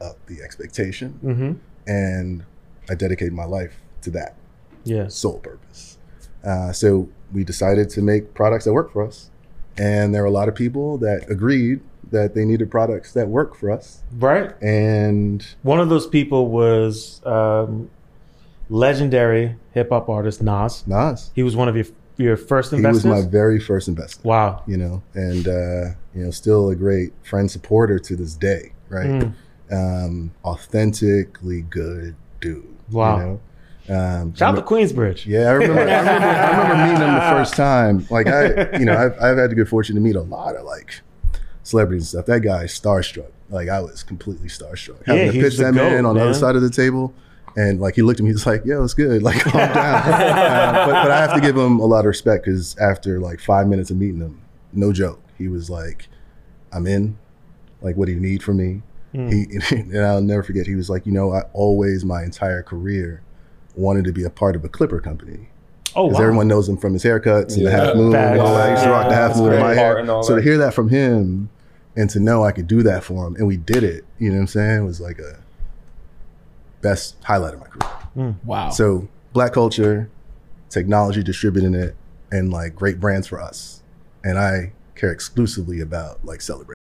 Speaker 2: up the expectation,
Speaker 1: Mm-hmm.
Speaker 2: and I dedicate my life to that
Speaker 1: Yes.
Speaker 2: sole purpose. Uh, so we decided to make products that work for us, and there were a lot of people that agreed that they needed products that work for us,
Speaker 1: Right.
Speaker 2: and
Speaker 1: One of those people was um, legendary hip hop artist Nas.
Speaker 2: Nas.
Speaker 1: He was one of your your first
Speaker 2: He
Speaker 1: investors.
Speaker 2: was my very first investor.
Speaker 1: wow.
Speaker 2: you know, and uh, you know, still a great friend supporter to this day, right?
Speaker 1: Mm.
Speaker 2: Um, authentically good dude.
Speaker 1: Wow.
Speaker 2: You know? Um,
Speaker 1: Shout out to Queensbridge.
Speaker 2: yeah, I remember, I remember. I remember meeting him the first time. Like I, you know, I've, I've had the good fortune to meet a lot of like celebrities and stuff. That guy is starstruck. Like I was completely starstruck.
Speaker 1: Yeah,
Speaker 2: Having to
Speaker 1: he's
Speaker 2: pitch
Speaker 1: the
Speaker 2: that man
Speaker 1: goat,
Speaker 2: on the
Speaker 1: man.
Speaker 2: other side of the table, and like he looked at me, he's like, "Yo, it's good. Like calm down." Uh, but, but I have to give him a lot of respect because after like five minutes of meeting him, no joke, he was like, "I'm in." Like, what do you need from me?
Speaker 1: Hmm.
Speaker 2: He and I'll never forget. He was like, "You know, I always my entire career." Wanted to be a part of a clipper company,
Speaker 1: Oh
Speaker 2: because
Speaker 1: wow.
Speaker 2: everyone knows him from his haircuts and the
Speaker 4: Yeah.
Speaker 2: half moon and all that. I used to
Speaker 1: Yeah.
Speaker 2: rock the half moon in my
Speaker 4: Great art
Speaker 2: hair.
Speaker 4: and all
Speaker 2: So to
Speaker 4: that.
Speaker 2: hear that from him and to know I could do that for him and we did it, you know what I'm saying, was like a best highlight of my career.
Speaker 3: Wow.
Speaker 2: So black culture, technology distributing it, and like great brands for us. And I care exclusively about like celebrating.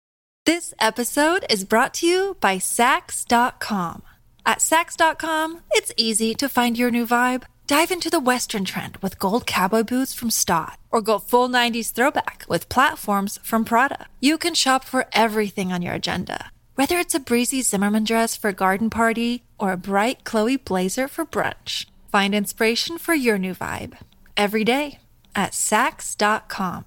Speaker 5: This episode is brought to you by Sax.com. At Sax.com, it's easy to find your new vibe. Dive into the Western trend with gold cowboy boots from Stott, or go full 90s throwback with platforms from Prada. You can shop for everything on your agenda, whether it's a breezy Zimmerman dress for a garden party or a bright Chloe blazer for brunch. Find inspiration for your new vibe every day at Sax.com.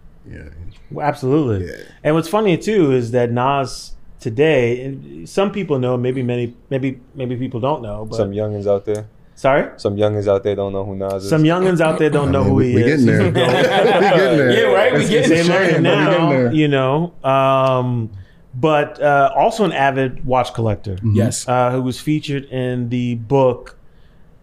Speaker 2: You know what I mean?
Speaker 1: Well, Absolutely.
Speaker 2: Yeah.
Speaker 1: And what's funny too is that Nas today, and some people know, maybe many, maybe maybe people don't know. But
Speaker 4: Some youngins out there.
Speaker 1: sorry,
Speaker 4: Some youngins out there don't know who Nas is.
Speaker 1: some youngins out there don't know
Speaker 2: I mean,
Speaker 1: who
Speaker 2: we,
Speaker 1: he
Speaker 2: we
Speaker 1: is.
Speaker 2: getting there. we getting there.
Speaker 3: Yeah, right? We getting
Speaker 1: they learn
Speaker 3: there.
Speaker 2: But we getting
Speaker 1: now,
Speaker 2: there.
Speaker 1: you know. Um, but uh, also an avid watch collector
Speaker 3: yes.
Speaker 1: uh, who was featured in the book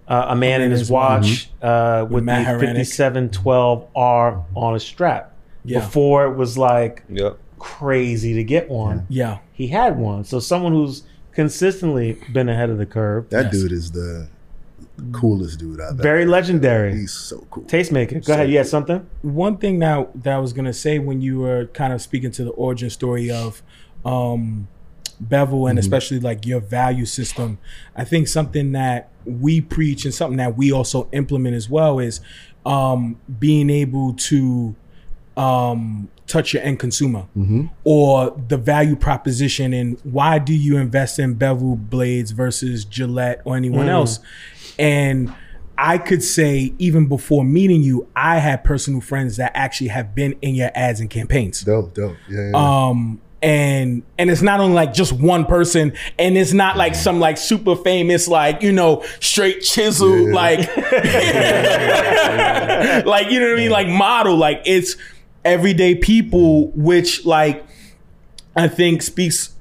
Speaker 1: uh, "A Man and His
Speaker 3: His
Speaker 1: Watch" uh, with
Speaker 3: Matt
Speaker 1: the
Speaker 3: Haranek.
Speaker 1: fifty-seven twelve R on a strap.
Speaker 3: Yeah.
Speaker 1: Before it was like
Speaker 4: Yep.
Speaker 1: crazy to get one.
Speaker 3: yeah.
Speaker 1: He had one. So someone who's consistently been ahead of the curve,
Speaker 2: That dude is the coolest dude I've ever.
Speaker 1: very legendary.
Speaker 2: He's so cool.
Speaker 1: Tastemaker. Go ahead. You had something?
Speaker 3: one thing now that I was gonna say when you were kind of speaking to the origin story of um, Bevel and especially like your value system, I think something that we preach and something that we also implement as well is um, being able to um, touch your end consumer or the value proposition and why do you invest in Bevel blades versus Gillette or anyone else? And I could say even before meeting you, I had personal friends that actually have been in your ads and campaigns.
Speaker 2: Dope, dope. Yeah, yeah. yeah.
Speaker 1: Uh,
Speaker 3: Um, and and it's not only like just one person, and it's not like
Speaker 2: Mm-hmm.
Speaker 3: some like super famous like you know straight chisel
Speaker 2: Yeah.
Speaker 3: like like you know what I mean like model like it's everyday people
Speaker 2: Mm-hmm.
Speaker 3: which like I think speaks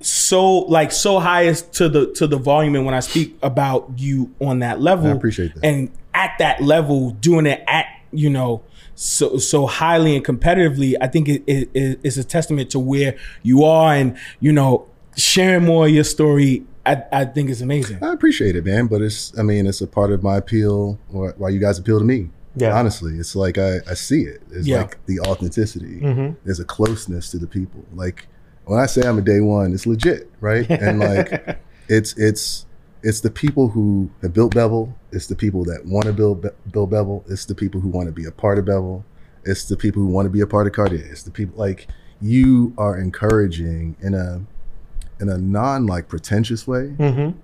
Speaker 3: so like so highest to the to the volume and when I speak about you on that level
Speaker 2: I appreciate that.
Speaker 3: and at that level doing it at you know so so highly and competitively I think it, it, it- it's a testament to where you are and you know sharing more of your story I, I think it's amazing.
Speaker 2: I appreciate it, man. But it's, I mean, it's a part of my appeal or why you guys appeal to me.
Speaker 1: Yeah.
Speaker 2: Honestly, it's like I, I see it. It's
Speaker 3: Yeah.
Speaker 2: like the authenticity. There's a closeness to the people. Like when I say I'm a day one, it's legit, right? And like it's it's it's the people who have built Bevel. It's the people that want to build Be- build Bevel. It's the people who want to be a part of Bevel. It's the people who want to be a part of Cartier. It's the people like you are encouraging in a in a non like pretentious way.
Speaker 1: Mm-hmm.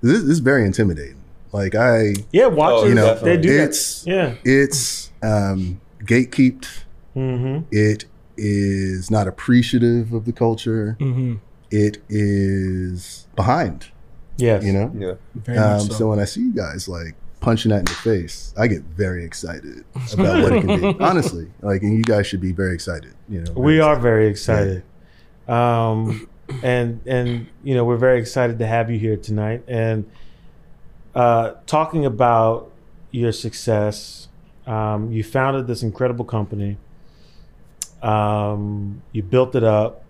Speaker 2: This, this is very intimidating. Like I
Speaker 1: Yeah, watch
Speaker 4: Oh,
Speaker 1: it.
Speaker 4: you know,
Speaker 1: they do
Speaker 2: it's-
Speaker 1: that. Yeah.
Speaker 2: it's um, gatekeeped.
Speaker 1: Mm-hmm.
Speaker 2: It is not appreciative of the culture.
Speaker 3: Mm-hmm.
Speaker 2: It is behind,
Speaker 1: Yes.
Speaker 2: you know?
Speaker 4: Yeah.
Speaker 3: Very
Speaker 2: Um,
Speaker 3: much
Speaker 2: so.
Speaker 3: so.
Speaker 2: when I see you guys like punching that in the face, I get very excited about what it can be. Honestly, like, and you guys should be very excited, you know?
Speaker 1: We
Speaker 2: very
Speaker 1: are very excited. Um, and and you know we're very excited to have you here tonight and uh, talking about your success. Um, you founded this incredible company. Um, you built it up.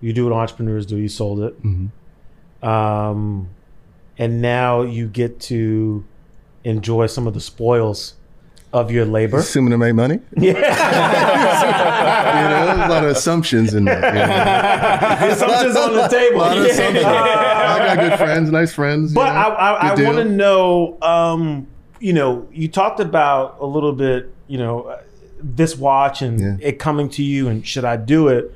Speaker 1: You do what entrepreneurs do. You sold it.
Speaker 2: Mhm.
Speaker 1: Um, and now you get to enjoy some of the spoils of your labor.
Speaker 2: Assuming to make money, yeah. you know, there's a lot of assumptions in that. You know?
Speaker 1: Assumptions on the table.
Speaker 2: A lot of assumptions. I got good friends, nice friends. you
Speaker 1: But
Speaker 2: know,
Speaker 1: I, I,
Speaker 2: good
Speaker 1: I want to
Speaker 2: deal.
Speaker 1: know, um, you know, you talked about a little bit, you know, uh, this watch and
Speaker 2: Yeah.
Speaker 1: it coming to you and should I do it?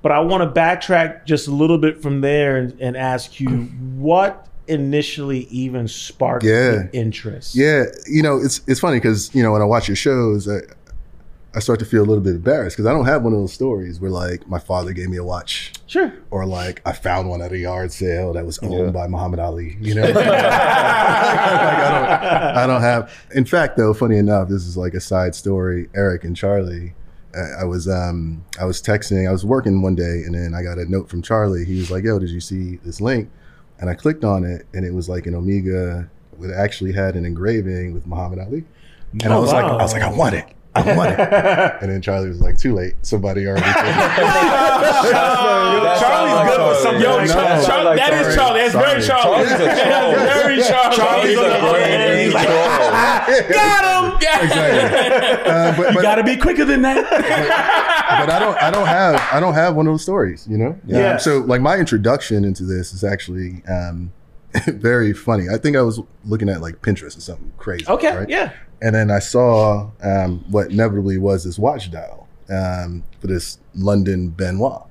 Speaker 1: But I want to backtrack just a little bit from there and, and ask you what initially even sparked
Speaker 2: Yeah.
Speaker 1: the interest?
Speaker 2: Yeah, you know, it's it's funny because you know when I watch your shows, I, I start to feel a little bit embarrassed because I don't have one of those stories where like my father gave me a watch
Speaker 1: Sure.
Speaker 2: or like I found one at a yard sale that was owned
Speaker 4: Yeah.
Speaker 2: by Muhammad Ali. You know, like, I, don't, I don't have. In fact, though, funny enough, this is like a side story. Eric and Charlie. uh, I was um I was texting. I was working one day, and then I got a note from Charlie. He was like, "Yo, did you see this link?" And I clicked on it, and it was like an Omega. It actually had an engraving with Muhammad Ali. And I
Speaker 1: Oh,
Speaker 2: was like,
Speaker 1: wow.
Speaker 2: I was like, I want it. I want it. and then Charlie was like, too late. Somebody already took it.
Speaker 4: That
Speaker 3: Ah, Charlie's
Speaker 4: sounds
Speaker 3: good
Speaker 4: like
Speaker 3: for something.
Speaker 4: Charlie.
Speaker 3: Yo,
Speaker 4: That
Speaker 3: Char-
Speaker 4: sounds
Speaker 3: Char-
Speaker 4: like
Speaker 3: that is Charlie. That's very
Speaker 2: Sorry.
Speaker 3: Charlie.
Speaker 4: Charlie's a troll.
Speaker 3: Very Charlie.
Speaker 4: Charlie's
Speaker 3: He's
Speaker 4: a
Speaker 3: on the other end.
Speaker 4: great
Speaker 3: He's like,
Speaker 4: troll.
Speaker 3: Got him.
Speaker 2: Exactly. Uh, but,
Speaker 3: You
Speaker 2: but,
Speaker 3: gotta be quicker than that.
Speaker 2: but I don't I don't have I don't have one of those stories, you know?
Speaker 1: Yeah.
Speaker 2: Um, so like my introduction into this is actually um, very funny. I think I was looking at like Pinterest or something crazy.
Speaker 1: Okay.
Speaker 2: right?
Speaker 1: Yeah.
Speaker 2: And then I saw um, what inevitably was this watch dial um, for this London Benoit.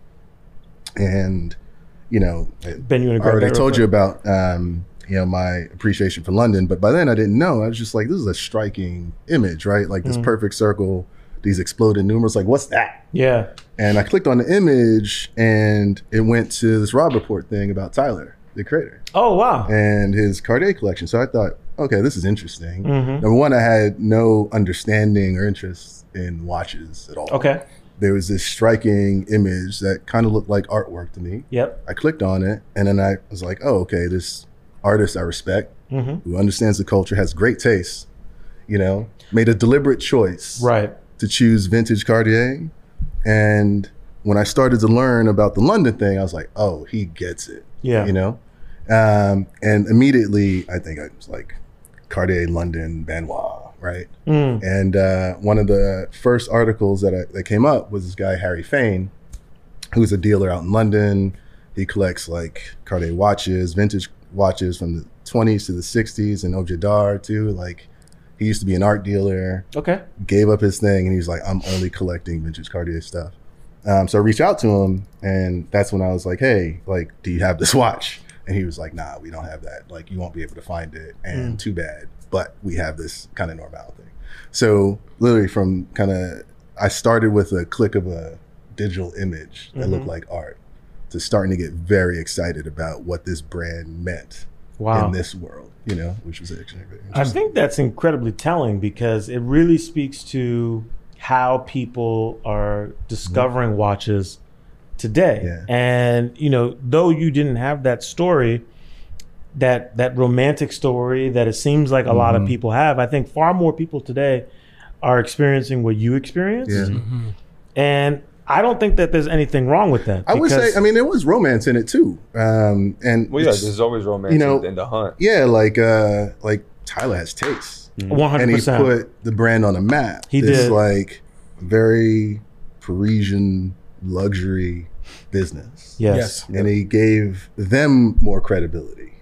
Speaker 2: And, you know,
Speaker 1: Ben, you want to
Speaker 2: I
Speaker 1: grab
Speaker 2: already
Speaker 1: that real
Speaker 2: told
Speaker 1: quick?
Speaker 2: you about um, you know my appreciation for London, but by then I didn't know. I was just like, this is a striking image, right? Like this perfect circle, these exploded numerals. Like, what's that?
Speaker 1: Yeah.
Speaker 2: And I clicked on the image, and it went to this Rob report thing about Tyler, the creator,
Speaker 1: Oh, wow.
Speaker 2: and his Cartier collection. So I thought, okay, this is interesting.
Speaker 1: Mm. Mm-hmm.
Speaker 2: Number one, I had no understanding or interest in watches at all.
Speaker 1: Okay.
Speaker 2: there was this striking image that kind of looked like artwork to me.
Speaker 1: Yep.
Speaker 2: I clicked on it, and then I was like, "Oh, okay, this artist I respect,
Speaker 1: Mm-hmm.
Speaker 2: who understands the culture, has great taste. You know, made a deliberate choice
Speaker 1: Right.
Speaker 2: to choose vintage Cartier." And when I started to learn about the London thing, I was like, "Oh, he gets it."
Speaker 1: Yeah.
Speaker 2: you know. Um, and immediately, I think I was like, "Cartier, London, Benoit." Right,
Speaker 1: Mm.
Speaker 2: and uh, one of the first articles that, I, that came up was this guy, Harry Fain, who's a dealer out in London. He collects like Cartier watches, vintage watches from the 20s to the 60s, and Ojedar too. Like, he used to be an art dealer,
Speaker 1: Okay.
Speaker 2: gave up his thing, and he was like, I'm only collecting vintage Cartier stuff. Um, so I reached out to him, and that's when I was like, Hey, like, do you have this watch? And he was like, Nah, we don't have that. Like, you won't be able to find it,
Speaker 1: Mm.
Speaker 2: and too bad. But we have this kind of normal thing. So literally from kind of, I started with a click of a digital image that
Speaker 1: Mm-hmm.
Speaker 2: looked like art to starting to get very excited about what this brand meant
Speaker 1: Wow.
Speaker 2: in this world, you know, which was actually very
Speaker 1: I
Speaker 2: interesting.
Speaker 1: think that's incredibly telling because it really speaks to how people are discovering watches today.
Speaker 2: Yeah.
Speaker 1: And you know, though you didn't have that story, that that romantic story that it seems like a lot
Speaker 2: Mm-hmm.
Speaker 1: of people have, I think
Speaker 3: Mm-hmm.
Speaker 1: far more people today are experiencing what you experienced.
Speaker 2: Yeah.
Speaker 1: And I don't think that there's anything wrong with that.
Speaker 2: I would
Speaker 1: because-
Speaker 2: say, I mean, there was romance in it too. Um, and
Speaker 4: Well, yeah,
Speaker 2: it's-
Speaker 4: there's always romance
Speaker 2: you know,
Speaker 4: in the hunt.
Speaker 2: yeah, like uh, like Tyler has taste,
Speaker 1: 100%.
Speaker 2: and he put the brand on a map.
Speaker 1: He
Speaker 2: This,
Speaker 1: did.
Speaker 2: like very Parisian luxury business.
Speaker 1: yes.
Speaker 2: and he gave them more credibility.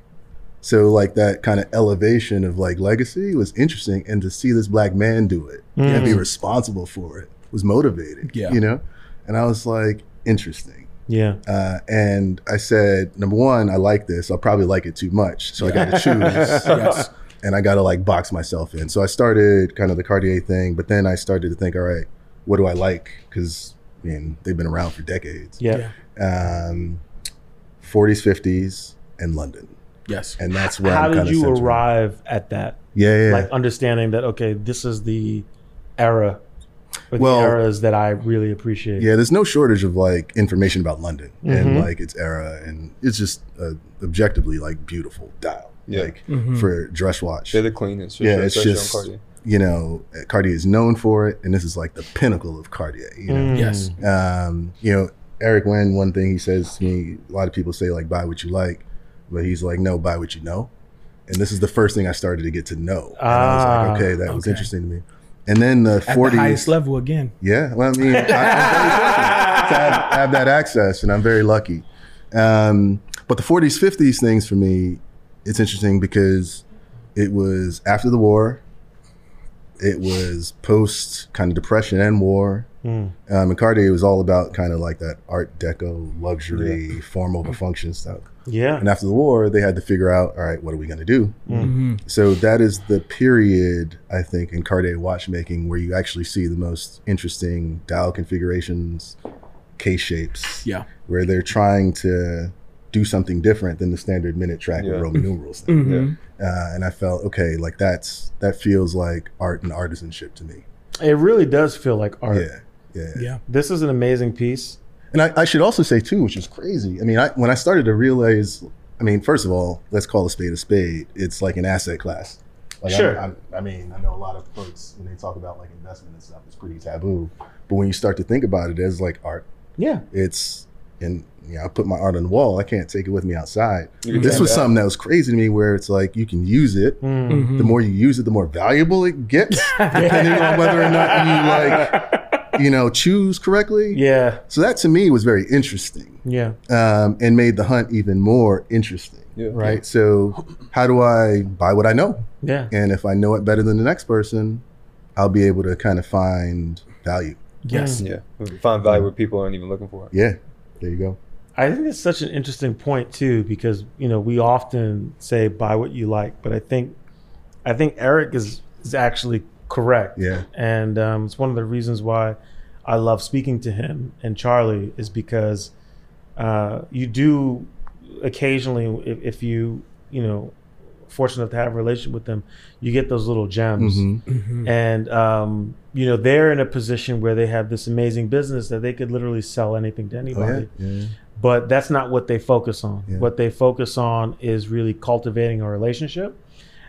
Speaker 2: So like that kind of elevation of like legacy was interesting, and to see this black man do it and
Speaker 1: Mm.
Speaker 2: be responsible for it was motivating.
Speaker 3: Yeah.
Speaker 2: you know, and I was like, interesting.
Speaker 1: Yeah.
Speaker 2: Uh, and I said, number one, I like this. I'll probably like it too much, so I got to choose.
Speaker 3: Yes.
Speaker 2: And I got to like box myself in. So I started kind of the Cartier thing, but then I started to think, all right, what do I like? Because I mean, they've been around for decades
Speaker 1: Yeah.
Speaker 2: um, 40s, 50s, and London.
Speaker 3: Yes.
Speaker 2: And that's where
Speaker 1: How
Speaker 2: I'm
Speaker 1: did
Speaker 2: kind
Speaker 1: you
Speaker 2: of
Speaker 1: arrive at that?
Speaker 2: Yeah, yeah.
Speaker 1: Like understanding that okay, this is the era or the
Speaker 2: Well-
Speaker 1: eras that I really appreciate.
Speaker 2: yeah, there's no shortage of like information about London
Speaker 1: Mm-hmm.
Speaker 2: and like its era, and it's just uh, objectively like beautiful dial.
Speaker 4: Yeah.
Speaker 2: Like
Speaker 3: Mm-hmm.
Speaker 1: Mm-hmm.
Speaker 2: for dress watch,
Speaker 4: They're the cleanest. for
Speaker 2: yeah,
Speaker 4: sure,
Speaker 2: it's
Speaker 4: especially on
Speaker 2: just
Speaker 4: Cartier.
Speaker 2: you know Cartier is known for it, and this is like the pinnacle of Cartier. You know,
Speaker 3: Yes.
Speaker 2: um, you know, Eric Wen, one thing he says to me, a lot of people say like buy what you like, but he's like, no, buy what you know. And this is the first thing I started to get to know. And I was
Speaker 1: Ah,
Speaker 2: like, okay, that was
Speaker 3: okay.
Speaker 2: interesting to me. And then the
Speaker 3: At the
Speaker 2: forties,
Speaker 3: highest level again.
Speaker 2: yeah. Well, I mean, I, I'm very fortunate to have, have that access, and I'm very lucky. Um, but the 40s, 50s things for me, it's interesting because it was after the war. It was post kind of depression and war. Um, and Cartier was all about kind of like that Art Deco luxury form over function stuff.
Speaker 1: Yeah.
Speaker 2: And after the war, they had to figure out, all right, what are we going to do? So that is the period, I think, in Cartier watchmaking where you actually see the most interesting dial configurations, case shapes,
Speaker 3: Yeah.
Speaker 2: where they're trying to do something different than the standard minute track
Speaker 4: Yeah.
Speaker 2: with Roman numerals.
Speaker 3: Mm.
Speaker 2: thing.
Speaker 3: Mm-hmm.
Speaker 2: Uh, and I felt, okay, like that's that feels like art and artisanship to me.
Speaker 1: It really does feel like art.
Speaker 2: Yeah. Yeah.
Speaker 3: Yeah.
Speaker 1: This is an amazing piece.
Speaker 2: And I, I should also say too, which is crazy. I mean, I, when I started to realize, I mean, first of all, let's call a spade a spade. It's like an asset class. Like I'm-
Speaker 1: Sure.
Speaker 2: I'm, I mean, I know a lot of folks when they talk about like investment and stuff, it's pretty taboo. But when you start to think about it as like art,
Speaker 1: Yeah.
Speaker 2: it's and you know, I put my art on the wall. I can't take it with me outside.
Speaker 4: can
Speaker 2: This
Speaker 4: take
Speaker 2: was
Speaker 4: it out.
Speaker 2: something that was crazy to me, where it's like you can use it.
Speaker 1: Mm.
Speaker 3: Mm. Mm-hmm.
Speaker 2: The more you use it, the more valuable it gets, depending on whether or not you like, you know, choose correctly.
Speaker 1: Yeah.
Speaker 2: So that to me was very interesting
Speaker 1: Yeah.
Speaker 2: um, and made the hunt even more interesting.
Speaker 4: Yeah.
Speaker 2: Right. So, how do I buy what I know?
Speaker 1: Yeah.
Speaker 2: And if I know it better than the next person, I'll be able to kind of find value.
Speaker 3: Yes.
Speaker 4: Yeah, We find value where people aren't even looking for it.
Speaker 2: Yeah. There you go.
Speaker 1: I think it's such an interesting point too, because you know we often say buy what you like, but I think I think Eric is is actually correct.
Speaker 2: Yeah.
Speaker 1: and um, it's one of the reasons why I love speaking to him and Charlie is because uh, you do occasionally, if, if you you know fortunate enough to have a relationship with them, you get those little gems
Speaker 2: Mm-hmm.
Speaker 1: and um, you know they're in a position where they have this amazing business that they could literally sell anything to
Speaker 2: Oh, yeah.
Speaker 1: anybody
Speaker 2: Yeah.
Speaker 1: but that's not what they focus on
Speaker 2: Yeah.
Speaker 1: what they focus on is really cultivating a relationship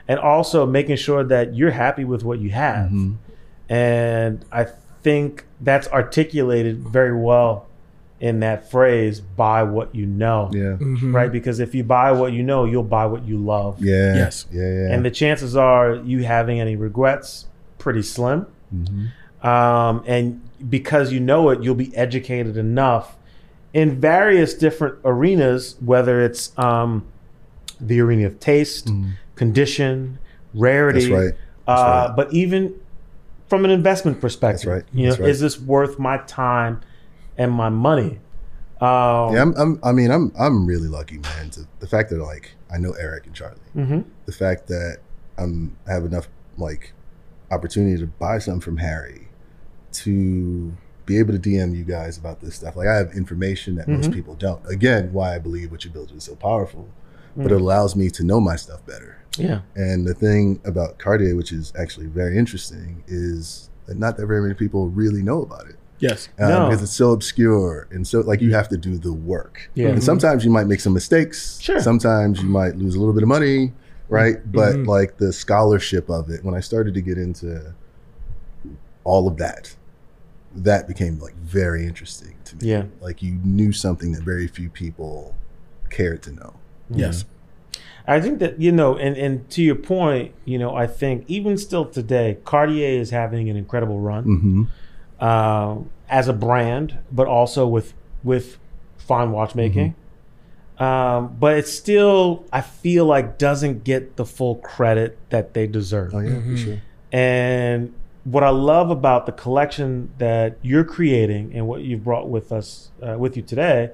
Speaker 1: and also making sure that you're happy with what you have
Speaker 2: Mm-hmm.
Speaker 1: and i think that's articulated very well in that phrase buy what you know
Speaker 2: Yeah.
Speaker 3: Mm-hmm.
Speaker 2: Mm-hmm.
Speaker 1: right because if you buy what you know you'll buy what you love
Speaker 2: Yeah.
Speaker 3: Yes.
Speaker 2: Yeah. Yeah.
Speaker 1: and the chances are you having any regrets pretty slim
Speaker 2: Mm-hmm.
Speaker 1: um, and because you know it you'll be educated enough in various different arenas whether it's um, the arena of taste condition rarity
Speaker 2: Mm-hmm. That's right.
Speaker 1: uh, but even from an investment perspective
Speaker 2: right.
Speaker 1: you know
Speaker 2: That's right.
Speaker 1: is this worth my time and my money um,
Speaker 2: Yeah, I'm, I'm, I mean, I'm, I'm really lucky, man. To the fact that like I know Eric and Charlie,
Speaker 1: mm-hmm.
Speaker 2: the fact that I'm I have enough like opportunity to buy something from Harry, to be able to DM you guys about this stuff. Like I have information that most people don't. Again, why I believe what you build is so powerful, but it allows me to know my stuff better.
Speaker 1: yeah
Speaker 2: And the thing about Cartier, which is actually very interesting, is that not that very many people really know about it
Speaker 3: Yes.
Speaker 2: um,
Speaker 1: No.
Speaker 2: because it's so obscure and so like you have to do the work.
Speaker 1: Yeah.
Speaker 2: And sometimes you might make some mistakes.
Speaker 1: Sure. Mm-hmm.
Speaker 2: Sometimes you might lose a little bit of money, right? But like the scholarship of it, when I started to get into all of that, that became like very interesting to me.
Speaker 1: Yeah.
Speaker 2: Like you knew something that very few people cared to know.
Speaker 3: Yes.
Speaker 1: I think that you know, and and to your point, you know, I think even still today, Cartier is having an incredible run
Speaker 2: Mm-hmm.
Speaker 1: uh, as a brand, but also with with fine watchmaking. Um, but it's still, I feel like, doesn't get the full credit that they deserve.
Speaker 2: Oh yeah, for sure.
Speaker 1: And what I love about the collection that you're creating and what you've brought with us uh, with you today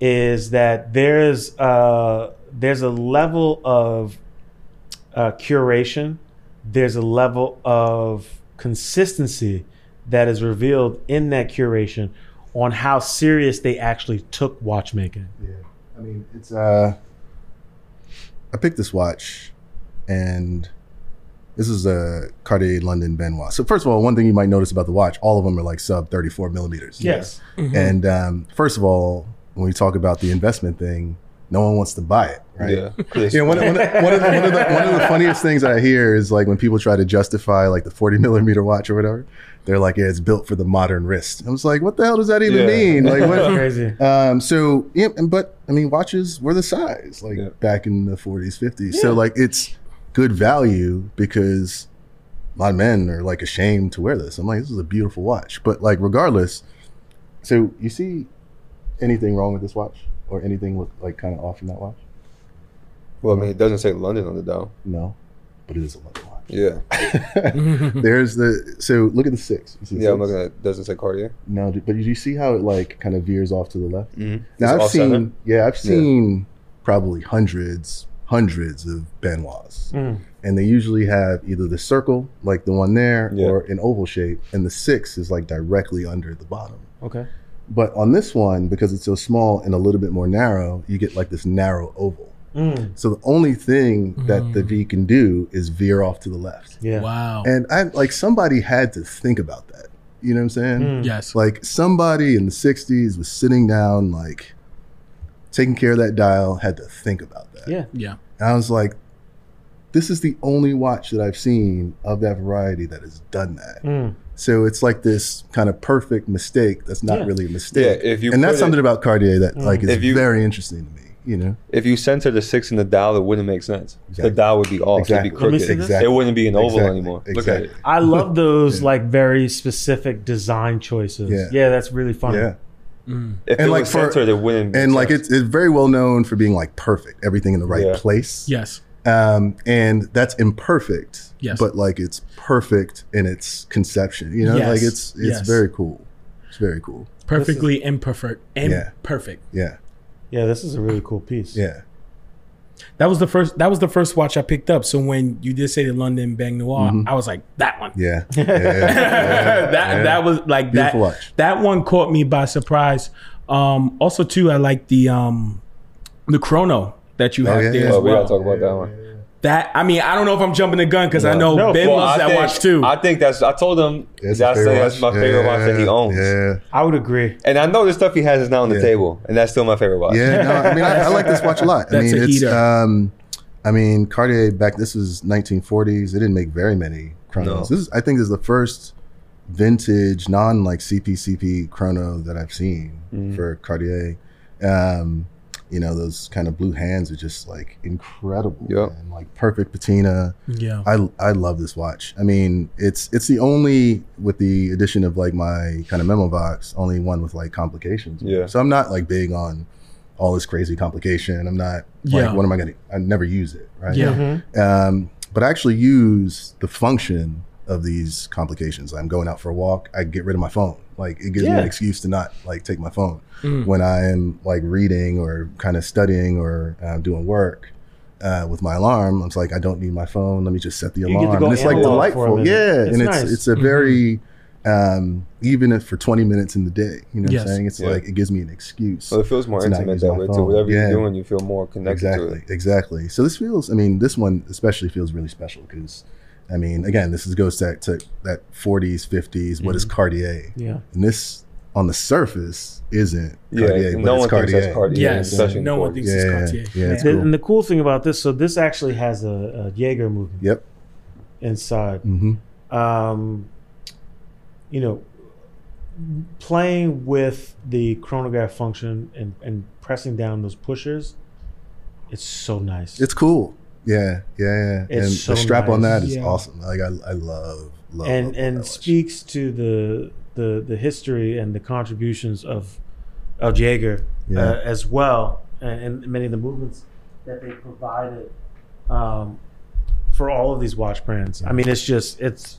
Speaker 1: is that there's uh, there's a level of uh, curation, there's a level of consistency that is revealed in that curation on how serious they actually took watchmaking.
Speaker 2: Yeah. I mean, it's uh I picked this watch and this is a Cartier London Benoit. So first of all, one thing you might notice about the watch, all of them are like sub 34 millimeters.
Speaker 1: Yes.
Speaker 2: And um, first of all, when we talk about the investment thing, no one wants to buy it, right?
Speaker 4: Yeah. Chris.
Speaker 2: Yeah, one, one, one, of the, one, of the, one of the funniest things I hear is like when people try to justify like the 40 millimeter watch or whatever, they're like, yeah, it's built for the modern wrist. I was like, what the hell does that even
Speaker 4: Yeah.
Speaker 2: mean? Like,
Speaker 1: That's
Speaker 2: what?
Speaker 1: crazy.
Speaker 2: Um, so, yeah, and- but I mean, watches were the size like
Speaker 4: Yeah.
Speaker 2: back in the 40s, 50s. So, like, it's good value because a lot of men are like ashamed to wear this. I'm like, this is a beautiful watch. But, like, regardless, so you see anything wrong with this watch or anything look like kind of off in that watch?
Speaker 4: Well, I mean, it doesn't say London on the dial.
Speaker 2: No, but it is a leather watch.
Speaker 4: Yeah.
Speaker 3: Mm-hmm.
Speaker 2: There's the so look at the six. You see the
Speaker 4: Mm-hmm. Yeah, I'm
Speaker 2: six?
Speaker 4: looking at it. Doesn't say Cartier.
Speaker 2: No, d- but you see how it like kind of veers off to the left.
Speaker 4: Mm-hmm.
Speaker 2: Now I've
Speaker 4: all
Speaker 2: seen
Speaker 4: seven?
Speaker 2: yeah, I've seen probably hundreds, hundreds of Benoits,
Speaker 1: Mm.
Speaker 2: and they usually have either the circle like the one there
Speaker 4: Yeah.
Speaker 2: or an oval shape, and the six is like directly under the bottom.
Speaker 1: Okay.
Speaker 2: But on this one, because it's so small and a little bit more narrow, you get like this narrow oval.
Speaker 1: Mm.
Speaker 2: So the only thing that the V can do is veer off to the left.
Speaker 1: Yeah.
Speaker 3: Wow.
Speaker 2: And I like somebody had to think about that. You know what I'm saying?
Speaker 1: Mm.
Speaker 3: yes.
Speaker 2: Like somebody in the 60s was sitting down, like taking care of that dial, had to think about that.
Speaker 1: Yeah.
Speaker 3: yeah.
Speaker 2: And I was like, this is the only watch that I've seen of that variety that has done that.
Speaker 1: Mm.
Speaker 2: So it's like this kind of perfect mistake that's not
Speaker 1: Yeah. Hmm.
Speaker 2: really a
Speaker 4: Yeah.
Speaker 2: mistake.
Speaker 4: If you
Speaker 2: and that's
Speaker 4: put it-
Speaker 2: something about Cartier that like is
Speaker 4: If you-
Speaker 2: very interesting to me, you know?
Speaker 4: if you center the six and the dial, it wouldn't make sense.
Speaker 2: Exactly.
Speaker 4: The dial would be off.
Speaker 2: Exactly.
Speaker 4: It'd Oh, be
Speaker 1: Let me
Speaker 4: crooked.
Speaker 1: see this.
Speaker 4: It wouldn't be an oval
Speaker 2: Exactly.
Speaker 4: anymore. Look at
Speaker 2: Exactly.
Speaker 4: it.
Speaker 1: I love those like very specific design choices.
Speaker 2: Yeah.
Speaker 1: Yeah, that's really funny.
Speaker 2: Yeah.
Speaker 4: If
Speaker 2: And
Speaker 4: it
Speaker 2: like
Speaker 4: was
Speaker 2: for-
Speaker 4: centered, it wouldn't. make
Speaker 2: And like
Speaker 4: sense.
Speaker 2: it's, it's very well known for being like perfect, everything in the right
Speaker 4: Yeah.
Speaker 2: place.
Speaker 3: Yes.
Speaker 2: um, and that's imperfect.
Speaker 3: Yes.
Speaker 2: but like it's perfect in its conception. You know,
Speaker 3: Yes.
Speaker 2: like it's it's
Speaker 3: Yes.
Speaker 2: very cool. It's very cool.
Speaker 3: Perfectly imperfect.
Speaker 2: Yeah.
Speaker 3: Imperfect.
Speaker 2: Yeah,
Speaker 1: Yeah, this is a really cool piece.
Speaker 2: yeah,
Speaker 3: That was the first. That was the first watch I picked up. So when you did say the London Bang Noir, I was like that one.
Speaker 2: yeah. yeah, yeah.
Speaker 3: that that was like
Speaker 2: Beautiful
Speaker 3: that.
Speaker 2: watch.
Speaker 3: That one caught me by surprise. Um, also, too, I like the um, the chrono that you have
Speaker 2: yeah,
Speaker 3: there
Speaker 2: yeah.
Speaker 3: as
Speaker 4: Oh, we
Speaker 3: well.
Speaker 4: gotta talk about that one.
Speaker 3: that I mean, I don't know if I'm jumping the gun because I know
Speaker 1: No,
Speaker 3: Ben
Speaker 1: well,
Speaker 3: loves
Speaker 4: I
Speaker 3: that
Speaker 4: think-
Speaker 3: watch too.
Speaker 4: I think that's. I told him
Speaker 2: It's
Speaker 4: that's,
Speaker 2: his favorite
Speaker 4: that's my
Speaker 2: watch.
Speaker 4: favorite watch that he
Speaker 2: Yeah,
Speaker 4: owns.
Speaker 2: Yeah,
Speaker 1: I would agree.
Speaker 4: And I know the stuff he has is not on the table, and that's still my favorite watch.
Speaker 2: yeah. No, I mean, I, I like this watch a lot. I
Speaker 3: That's
Speaker 2: mean,
Speaker 3: a
Speaker 2: it's
Speaker 3: heater.
Speaker 2: um, I mean, Cartier back. This was 1940s. They didn't make very many chronos.
Speaker 4: No.
Speaker 2: This is, I think, this is the first vintage non like CPCP chrono that I've seen for Cartier. Um, you know, those kind of blue hands are just like incredible.
Speaker 4: Yep.
Speaker 2: man. like perfect patina.
Speaker 3: yeah,
Speaker 2: I I love this watch. I mean, it's it's the only with the addition of like my kind of memo box, only one with like complications.
Speaker 4: Yeah.
Speaker 2: So I'm not like big on all this crazy complication. I'm not like
Speaker 3: Yeah.
Speaker 2: what am I gonna I never use it, right?
Speaker 3: yeah,
Speaker 2: Um, but I actually use the function of these complications. I'm going out for a walk. I get rid of my phone. Like it gives me
Speaker 1: Yeah.
Speaker 2: an excuse to not like take my phone
Speaker 1: Mm.
Speaker 2: when I am like reading or kind of studying or um, doing work. Uh, with my alarm, I'm like, I don't need my phone. Let me just set the
Speaker 1: get to
Speaker 2: alarm.
Speaker 1: go
Speaker 2: And it's like
Speaker 1: analog for a
Speaker 2: delightful,
Speaker 1: minute.
Speaker 2: yeah.
Speaker 1: It's
Speaker 2: and it's
Speaker 1: nice. Mm-hmm.
Speaker 2: it's a very um, even if for 20 minutes in the day, you know
Speaker 3: Yes.
Speaker 2: what I'm saying? It's
Speaker 4: Yeah.
Speaker 2: like it gives me an excuse.
Speaker 4: So it feels more
Speaker 2: To not
Speaker 4: intimate
Speaker 2: use
Speaker 4: that
Speaker 2: my
Speaker 4: way too.
Speaker 2: phone.
Speaker 4: Whatever
Speaker 2: Yeah.
Speaker 4: you're doing, you feel more connected to
Speaker 2: Exactly,
Speaker 4: it.
Speaker 2: exactly. So this feels, I mean, this one especially feels really special because, I mean, again, this is goes back to that 40s, 50s. What
Speaker 4: Mm-hmm.
Speaker 2: is Cartier?
Speaker 1: Yeah.
Speaker 2: And this, on the surface, isn't Cartier,
Speaker 4: yeah,
Speaker 2: but
Speaker 4: no
Speaker 2: it's
Speaker 4: one
Speaker 2: Cartier.
Speaker 4: thinks that's Cartier.
Speaker 3: yes.
Speaker 4: It's such an
Speaker 3: No one
Speaker 4: important-
Speaker 3: thinks it's
Speaker 2: Yeah,
Speaker 3: Cartier.
Speaker 2: yeah, it's
Speaker 1: The-
Speaker 2: cool.
Speaker 1: And the cool thing about this, so this actually has a, a Jaeger movement
Speaker 2: Yep.
Speaker 1: inside.
Speaker 2: Mm-hmm.
Speaker 1: Um, you know, playing with the chronograph function and, and pressing down those pushers, it's so nice.
Speaker 2: It's cool. Yeah, yeah, yeah.
Speaker 1: It's
Speaker 2: and
Speaker 1: so
Speaker 2: the strap on
Speaker 1: nice.
Speaker 2: that is
Speaker 3: Yeah.
Speaker 2: awesome. Like I, I love, love,
Speaker 1: and
Speaker 2: love
Speaker 1: and
Speaker 2: that
Speaker 1: speaks to the the the history and the contributions of of Jaeger
Speaker 2: Yeah.
Speaker 1: uh, as well, and, and many of the movements that they provided um, for all of these watch brands. I mean, it's just it's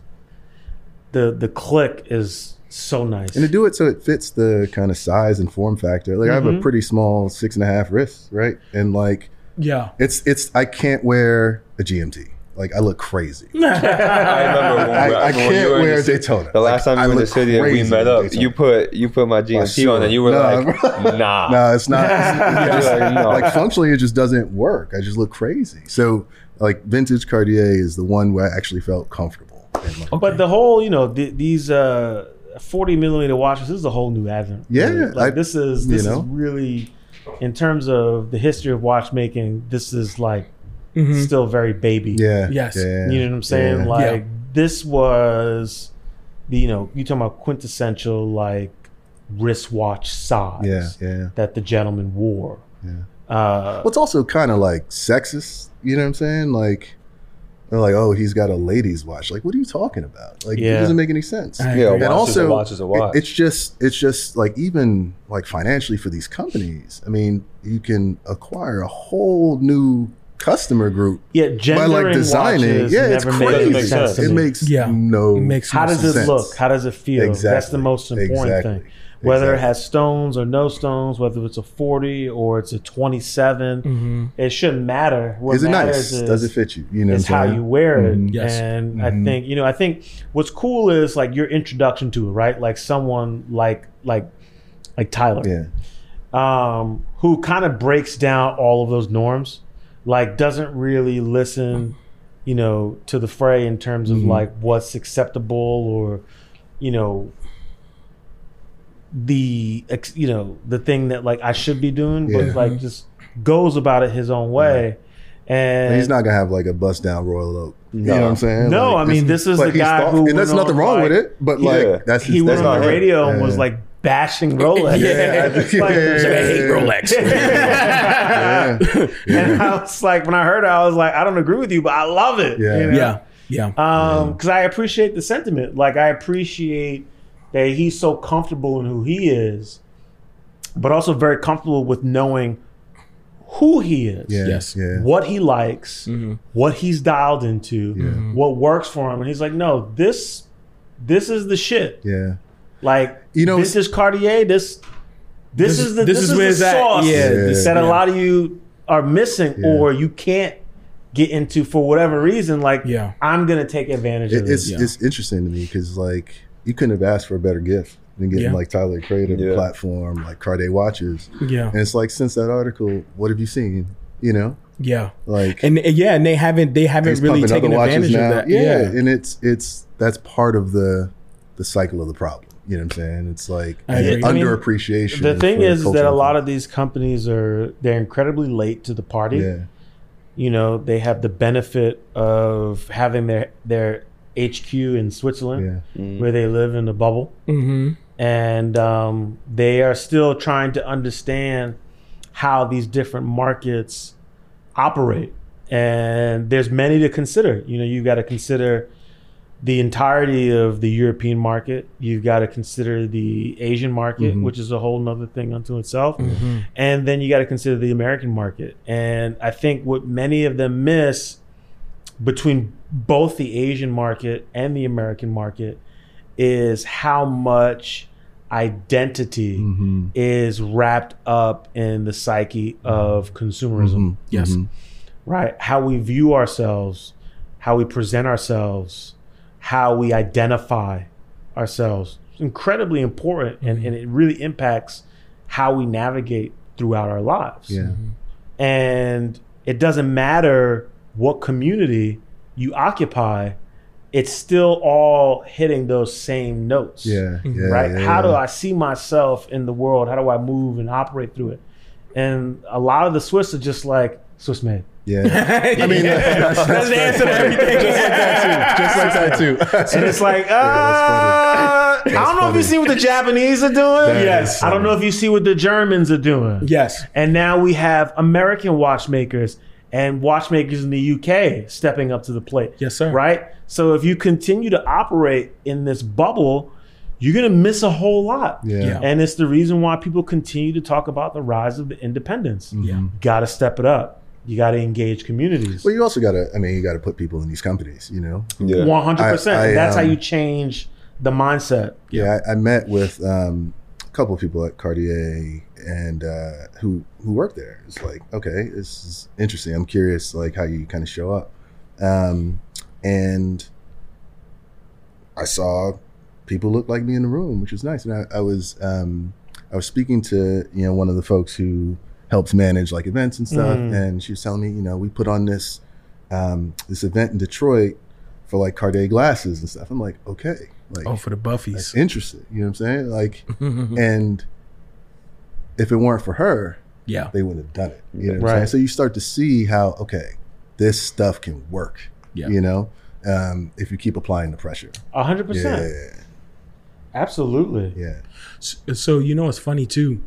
Speaker 1: the the click is so nice.
Speaker 2: And to do it so it fits the kind of size and form factor. Like I
Speaker 4: Mm-hmm.
Speaker 2: have a pretty small six and a half wrist, right? And like
Speaker 3: Yeah.
Speaker 2: it's it's I can't wear a GMT. Like I look crazy.
Speaker 4: I remember when,
Speaker 2: I-
Speaker 4: we-
Speaker 2: I
Speaker 4: remember when
Speaker 2: can't
Speaker 4: you were in
Speaker 2: wear
Speaker 4: the ci-
Speaker 2: Daytona.
Speaker 4: The last
Speaker 2: Like,
Speaker 4: time
Speaker 2: I
Speaker 4: you were in the
Speaker 2: look
Speaker 4: city and we
Speaker 2: crazy
Speaker 4: met
Speaker 2: in
Speaker 4: up,
Speaker 2: Daytona.
Speaker 4: you put you put my GMT on,
Speaker 2: sure.
Speaker 4: and you were
Speaker 2: No,
Speaker 4: like, nah.
Speaker 2: No, it's not.
Speaker 4: You were like, "No."
Speaker 2: like functionally, it just doesn't work. I just look crazy. So like vintage Cartier is the one where I actually felt comfortable. And, like,
Speaker 1: But the whole, you know, th- these uh, forty millimeter watches. This is a whole new avenue.
Speaker 2: Yeah,
Speaker 1: Like, like
Speaker 2: I-
Speaker 1: this is
Speaker 2: you
Speaker 1: this
Speaker 2: know?
Speaker 1: is really, in terms of the history of watchmaking, this is like still very baby.
Speaker 2: yeah.
Speaker 3: Yes.
Speaker 2: Yeah,
Speaker 1: You know what I'm saying?
Speaker 2: yeah.
Speaker 1: Like this was the you know you talking about quintessential like wristwatch size
Speaker 2: yeah, yeah.
Speaker 1: that the gentleman wore. Uh,
Speaker 2: Well, it's also kind of like sexist. You know what I'm saying? Like, they're like, oh, he's got a lady's watch. Like, what are you talking about? Like,
Speaker 1: Yeah.
Speaker 2: it doesn't make any sense.
Speaker 3: I-
Speaker 4: yeah,
Speaker 3: And
Speaker 2: and
Speaker 4: watch is
Speaker 2: also,
Speaker 4: a watch is a
Speaker 2: it-
Speaker 4: watch.
Speaker 2: it's just, it's just like even like financially for these companies. I mean, you can acquire a whole new customer group
Speaker 1: yeah, gender
Speaker 2: by like designing.
Speaker 1: watches
Speaker 2: Yeah, it's
Speaker 1: never made any
Speaker 2: crazy.
Speaker 1: sense to
Speaker 2: it
Speaker 1: me.
Speaker 2: makes
Speaker 3: Yeah.
Speaker 2: no
Speaker 3: It makes
Speaker 1: How
Speaker 3: no
Speaker 1: does it
Speaker 2: sense.
Speaker 1: look? How does it feel? That's the
Speaker 2: Exactly.
Speaker 1: most important
Speaker 2: Exactly.
Speaker 1: thing. Whether it
Speaker 2: Exactly.
Speaker 1: has stones or no stones, whether it's a 40 or it's a 27, it shouldn't matter. What
Speaker 2: Is it nice?
Speaker 1: matters is
Speaker 2: Does it fit you? You know,
Speaker 1: It's
Speaker 2: what I'm
Speaker 1: how
Speaker 2: saying?
Speaker 1: you wear it.
Speaker 3: Yes.
Speaker 1: And I think, you know, I think what's cool is like your introduction to it, right? Like someone like like like Tyler
Speaker 2: Yeah,
Speaker 1: um, who kind of breaks down all of those norms, like doesn't really listen, you know, to the fray in terms of
Speaker 2: Mm-hmm.
Speaker 1: like what's acceptable or, you know, the ex- you know the thing that like I should be doing, but
Speaker 2: Yeah.
Speaker 1: like just goes about it his own way, and
Speaker 2: And he's not gonna have like a bust down Royal Oak. You know what I'm saying?
Speaker 1: No,
Speaker 2: Like,
Speaker 1: I mean,
Speaker 2: it's-
Speaker 1: this is
Speaker 2: but
Speaker 1: the
Speaker 2: he's
Speaker 1: guy who
Speaker 2: and that's
Speaker 1: went
Speaker 2: nothing
Speaker 1: on,
Speaker 2: wrong
Speaker 1: like-
Speaker 2: with it. But
Speaker 4: Yeah.
Speaker 2: like, that's his,
Speaker 1: he went
Speaker 2: that's
Speaker 1: on
Speaker 2: not
Speaker 1: the
Speaker 2: him.
Speaker 1: radio and
Speaker 2: Yeah.
Speaker 1: was like bashing Rolex.
Speaker 2: Yeah.
Speaker 1: Like,
Speaker 2: Yeah, yeah,
Speaker 3: I hate
Speaker 2: yeah, yeah.
Speaker 1: Rolex.
Speaker 2: Yeah.
Speaker 1: And I was like, when I heard it, I was like, I don't agree with you, but I love it.
Speaker 2: Yeah.
Speaker 1: you know?
Speaker 3: Yeah. Yeah.
Speaker 1: Um, because I appreciate the sentiment. Like I appreciate that he's so comfortable in who he is, but also very comfortable with knowing who he is.
Speaker 2: Yeah,
Speaker 3: Yes.
Speaker 2: Yeah.
Speaker 1: What he likes,
Speaker 3: Mm-hmm.
Speaker 1: what he's dialed into, what works for him, and he's like, "No, this, this is the shit.
Speaker 2: Yeah.
Speaker 1: Like,
Speaker 2: You know,
Speaker 1: this is Cartier. This, this, is the this, is,
Speaker 3: where
Speaker 1: the
Speaker 3: it's at.
Speaker 1: sauce
Speaker 3: Yeah,
Speaker 2: this-
Speaker 1: that a
Speaker 3: yeah.
Speaker 1: lot of you are missing
Speaker 2: Yeah.
Speaker 1: or you can't get into for whatever reason. Like,
Speaker 3: Yeah.
Speaker 1: I'm gonna take advantage of
Speaker 2: It,
Speaker 1: this.
Speaker 2: it's
Speaker 3: Yeah.
Speaker 2: it's interesting to me because like you couldn't have asked for a better gift than getting
Speaker 3: Yeah.
Speaker 2: like Tyler Creative
Speaker 4: Yeah.
Speaker 2: platform like Cartier watches,
Speaker 3: Yeah.
Speaker 2: and it's like since that article, what have you seen? You know,
Speaker 3: Yeah.
Speaker 2: like
Speaker 3: And and yeah, and they haven't they haven't
Speaker 2: he's
Speaker 3: really
Speaker 2: pumping
Speaker 3: taken
Speaker 2: other watches
Speaker 3: advantage
Speaker 2: now.
Speaker 3: of that.
Speaker 2: Yeah.
Speaker 3: Yeah.
Speaker 2: and it's it's that's part of the the cycle of the problem. You know what I'm saying? It's like
Speaker 3: I
Speaker 2: the
Speaker 3: agree.
Speaker 1: I mean,
Speaker 2: underappreciation.
Speaker 1: the thing
Speaker 2: for
Speaker 1: is that a
Speaker 2: cultural
Speaker 1: lot
Speaker 2: things.
Speaker 1: of these companies are they're incredibly late to the party. You know, they have the benefit of having their their HQ in Switzerland, where they live in a bubble.
Speaker 3: Mm-hmm.
Speaker 1: and um, they are still trying to understand how these different markets operate and there's many to consider you know you've got to consider the entirety of the european market you've got to consider the asian market which is a whole nother thing unto itself and then you got to consider the american market and i think what many of them miss between both the asian market and the american market is how much identity
Speaker 3: Mm-hmm.
Speaker 1: is wrapped up in the psyche of
Speaker 2: Mm-hmm.
Speaker 1: consumerism,
Speaker 3: Yes.
Speaker 1: right? How we view ourselves, how we present ourselves, how we identify ourselves. It's incredibly important and, and it really impacts how we navigate throughout our lives.
Speaker 2: Yeah.
Speaker 3: Mm-hmm.
Speaker 1: And it doesn't matter what community you occupy, it's still all hitting those same notes
Speaker 2: Yeah. Yeah.
Speaker 1: Mm-hmm. right?
Speaker 2: yeah,
Speaker 1: How do
Speaker 2: yeah.
Speaker 1: I see myself in the world? How do I move and operate through it? And a lot of the Swiss are just like Swiss made.
Speaker 2: Yeah.
Speaker 3: I mean, that's, the answer to everything.
Speaker 2: Just like that too. Just like that too.
Speaker 1: And it's like, uh,
Speaker 2: Yeah, that's funny.
Speaker 1: I don't know know if you see what the Japanese are doing.
Speaker 2: That
Speaker 3: Yes.
Speaker 2: is
Speaker 1: I don't know if you see what the Germans are doing.
Speaker 3: Yes.
Speaker 1: And now we have American watchmakers and watchmakers in the UK stepping up to the plate.
Speaker 3: Yes, sir.
Speaker 1: Right? So if you continue to operate in this bubble, you're going to miss a whole lot.
Speaker 2: Yeah.
Speaker 3: Yeah.
Speaker 1: And it's the reason why people continue to talk about the rise of the independence.
Speaker 3: Yeah.
Speaker 1: You got to step it up. You got to engage communities.
Speaker 2: Well, you also got to. I mean, you got to put people in these companies. You know.
Speaker 4: Yeah.
Speaker 1: 100%.
Speaker 2: I- I,
Speaker 1: That's how
Speaker 2: um,
Speaker 1: you change the mindset.
Speaker 2: Yeah, I, I met with um, a couple of people at Cartier and uh, who who work there. It's like, okay, this is interesting. I'm curious, like how you kind of show up. Um, and I saw people look like me in the room, which was nice. And I, I was um, I was speaking to you know one of the folks who helps manage like events and stuff,
Speaker 1: Mm.
Speaker 2: and she was telling me, you know, we put on this um, this event in Detroit for like Cartier glasses and stuff. I'm like, okay, like
Speaker 3: Oh, for the
Speaker 2: that's
Speaker 3: Buffies. Mm-hmm.
Speaker 2: interesting. You know what I'm saying? Like, and if it weren't for her,
Speaker 3: yeah.
Speaker 2: they wouldn't have done it. You know what
Speaker 1: Right.
Speaker 2: I'm saying? So you start to see how okay, this stuff can work.
Speaker 3: Yeah.
Speaker 2: You know, um, if you keep applying the pressure.
Speaker 1: 100%.
Speaker 2: Yeah,
Speaker 1: Absolutely.
Speaker 2: yeah.
Speaker 3: So, so you know, it's funny too.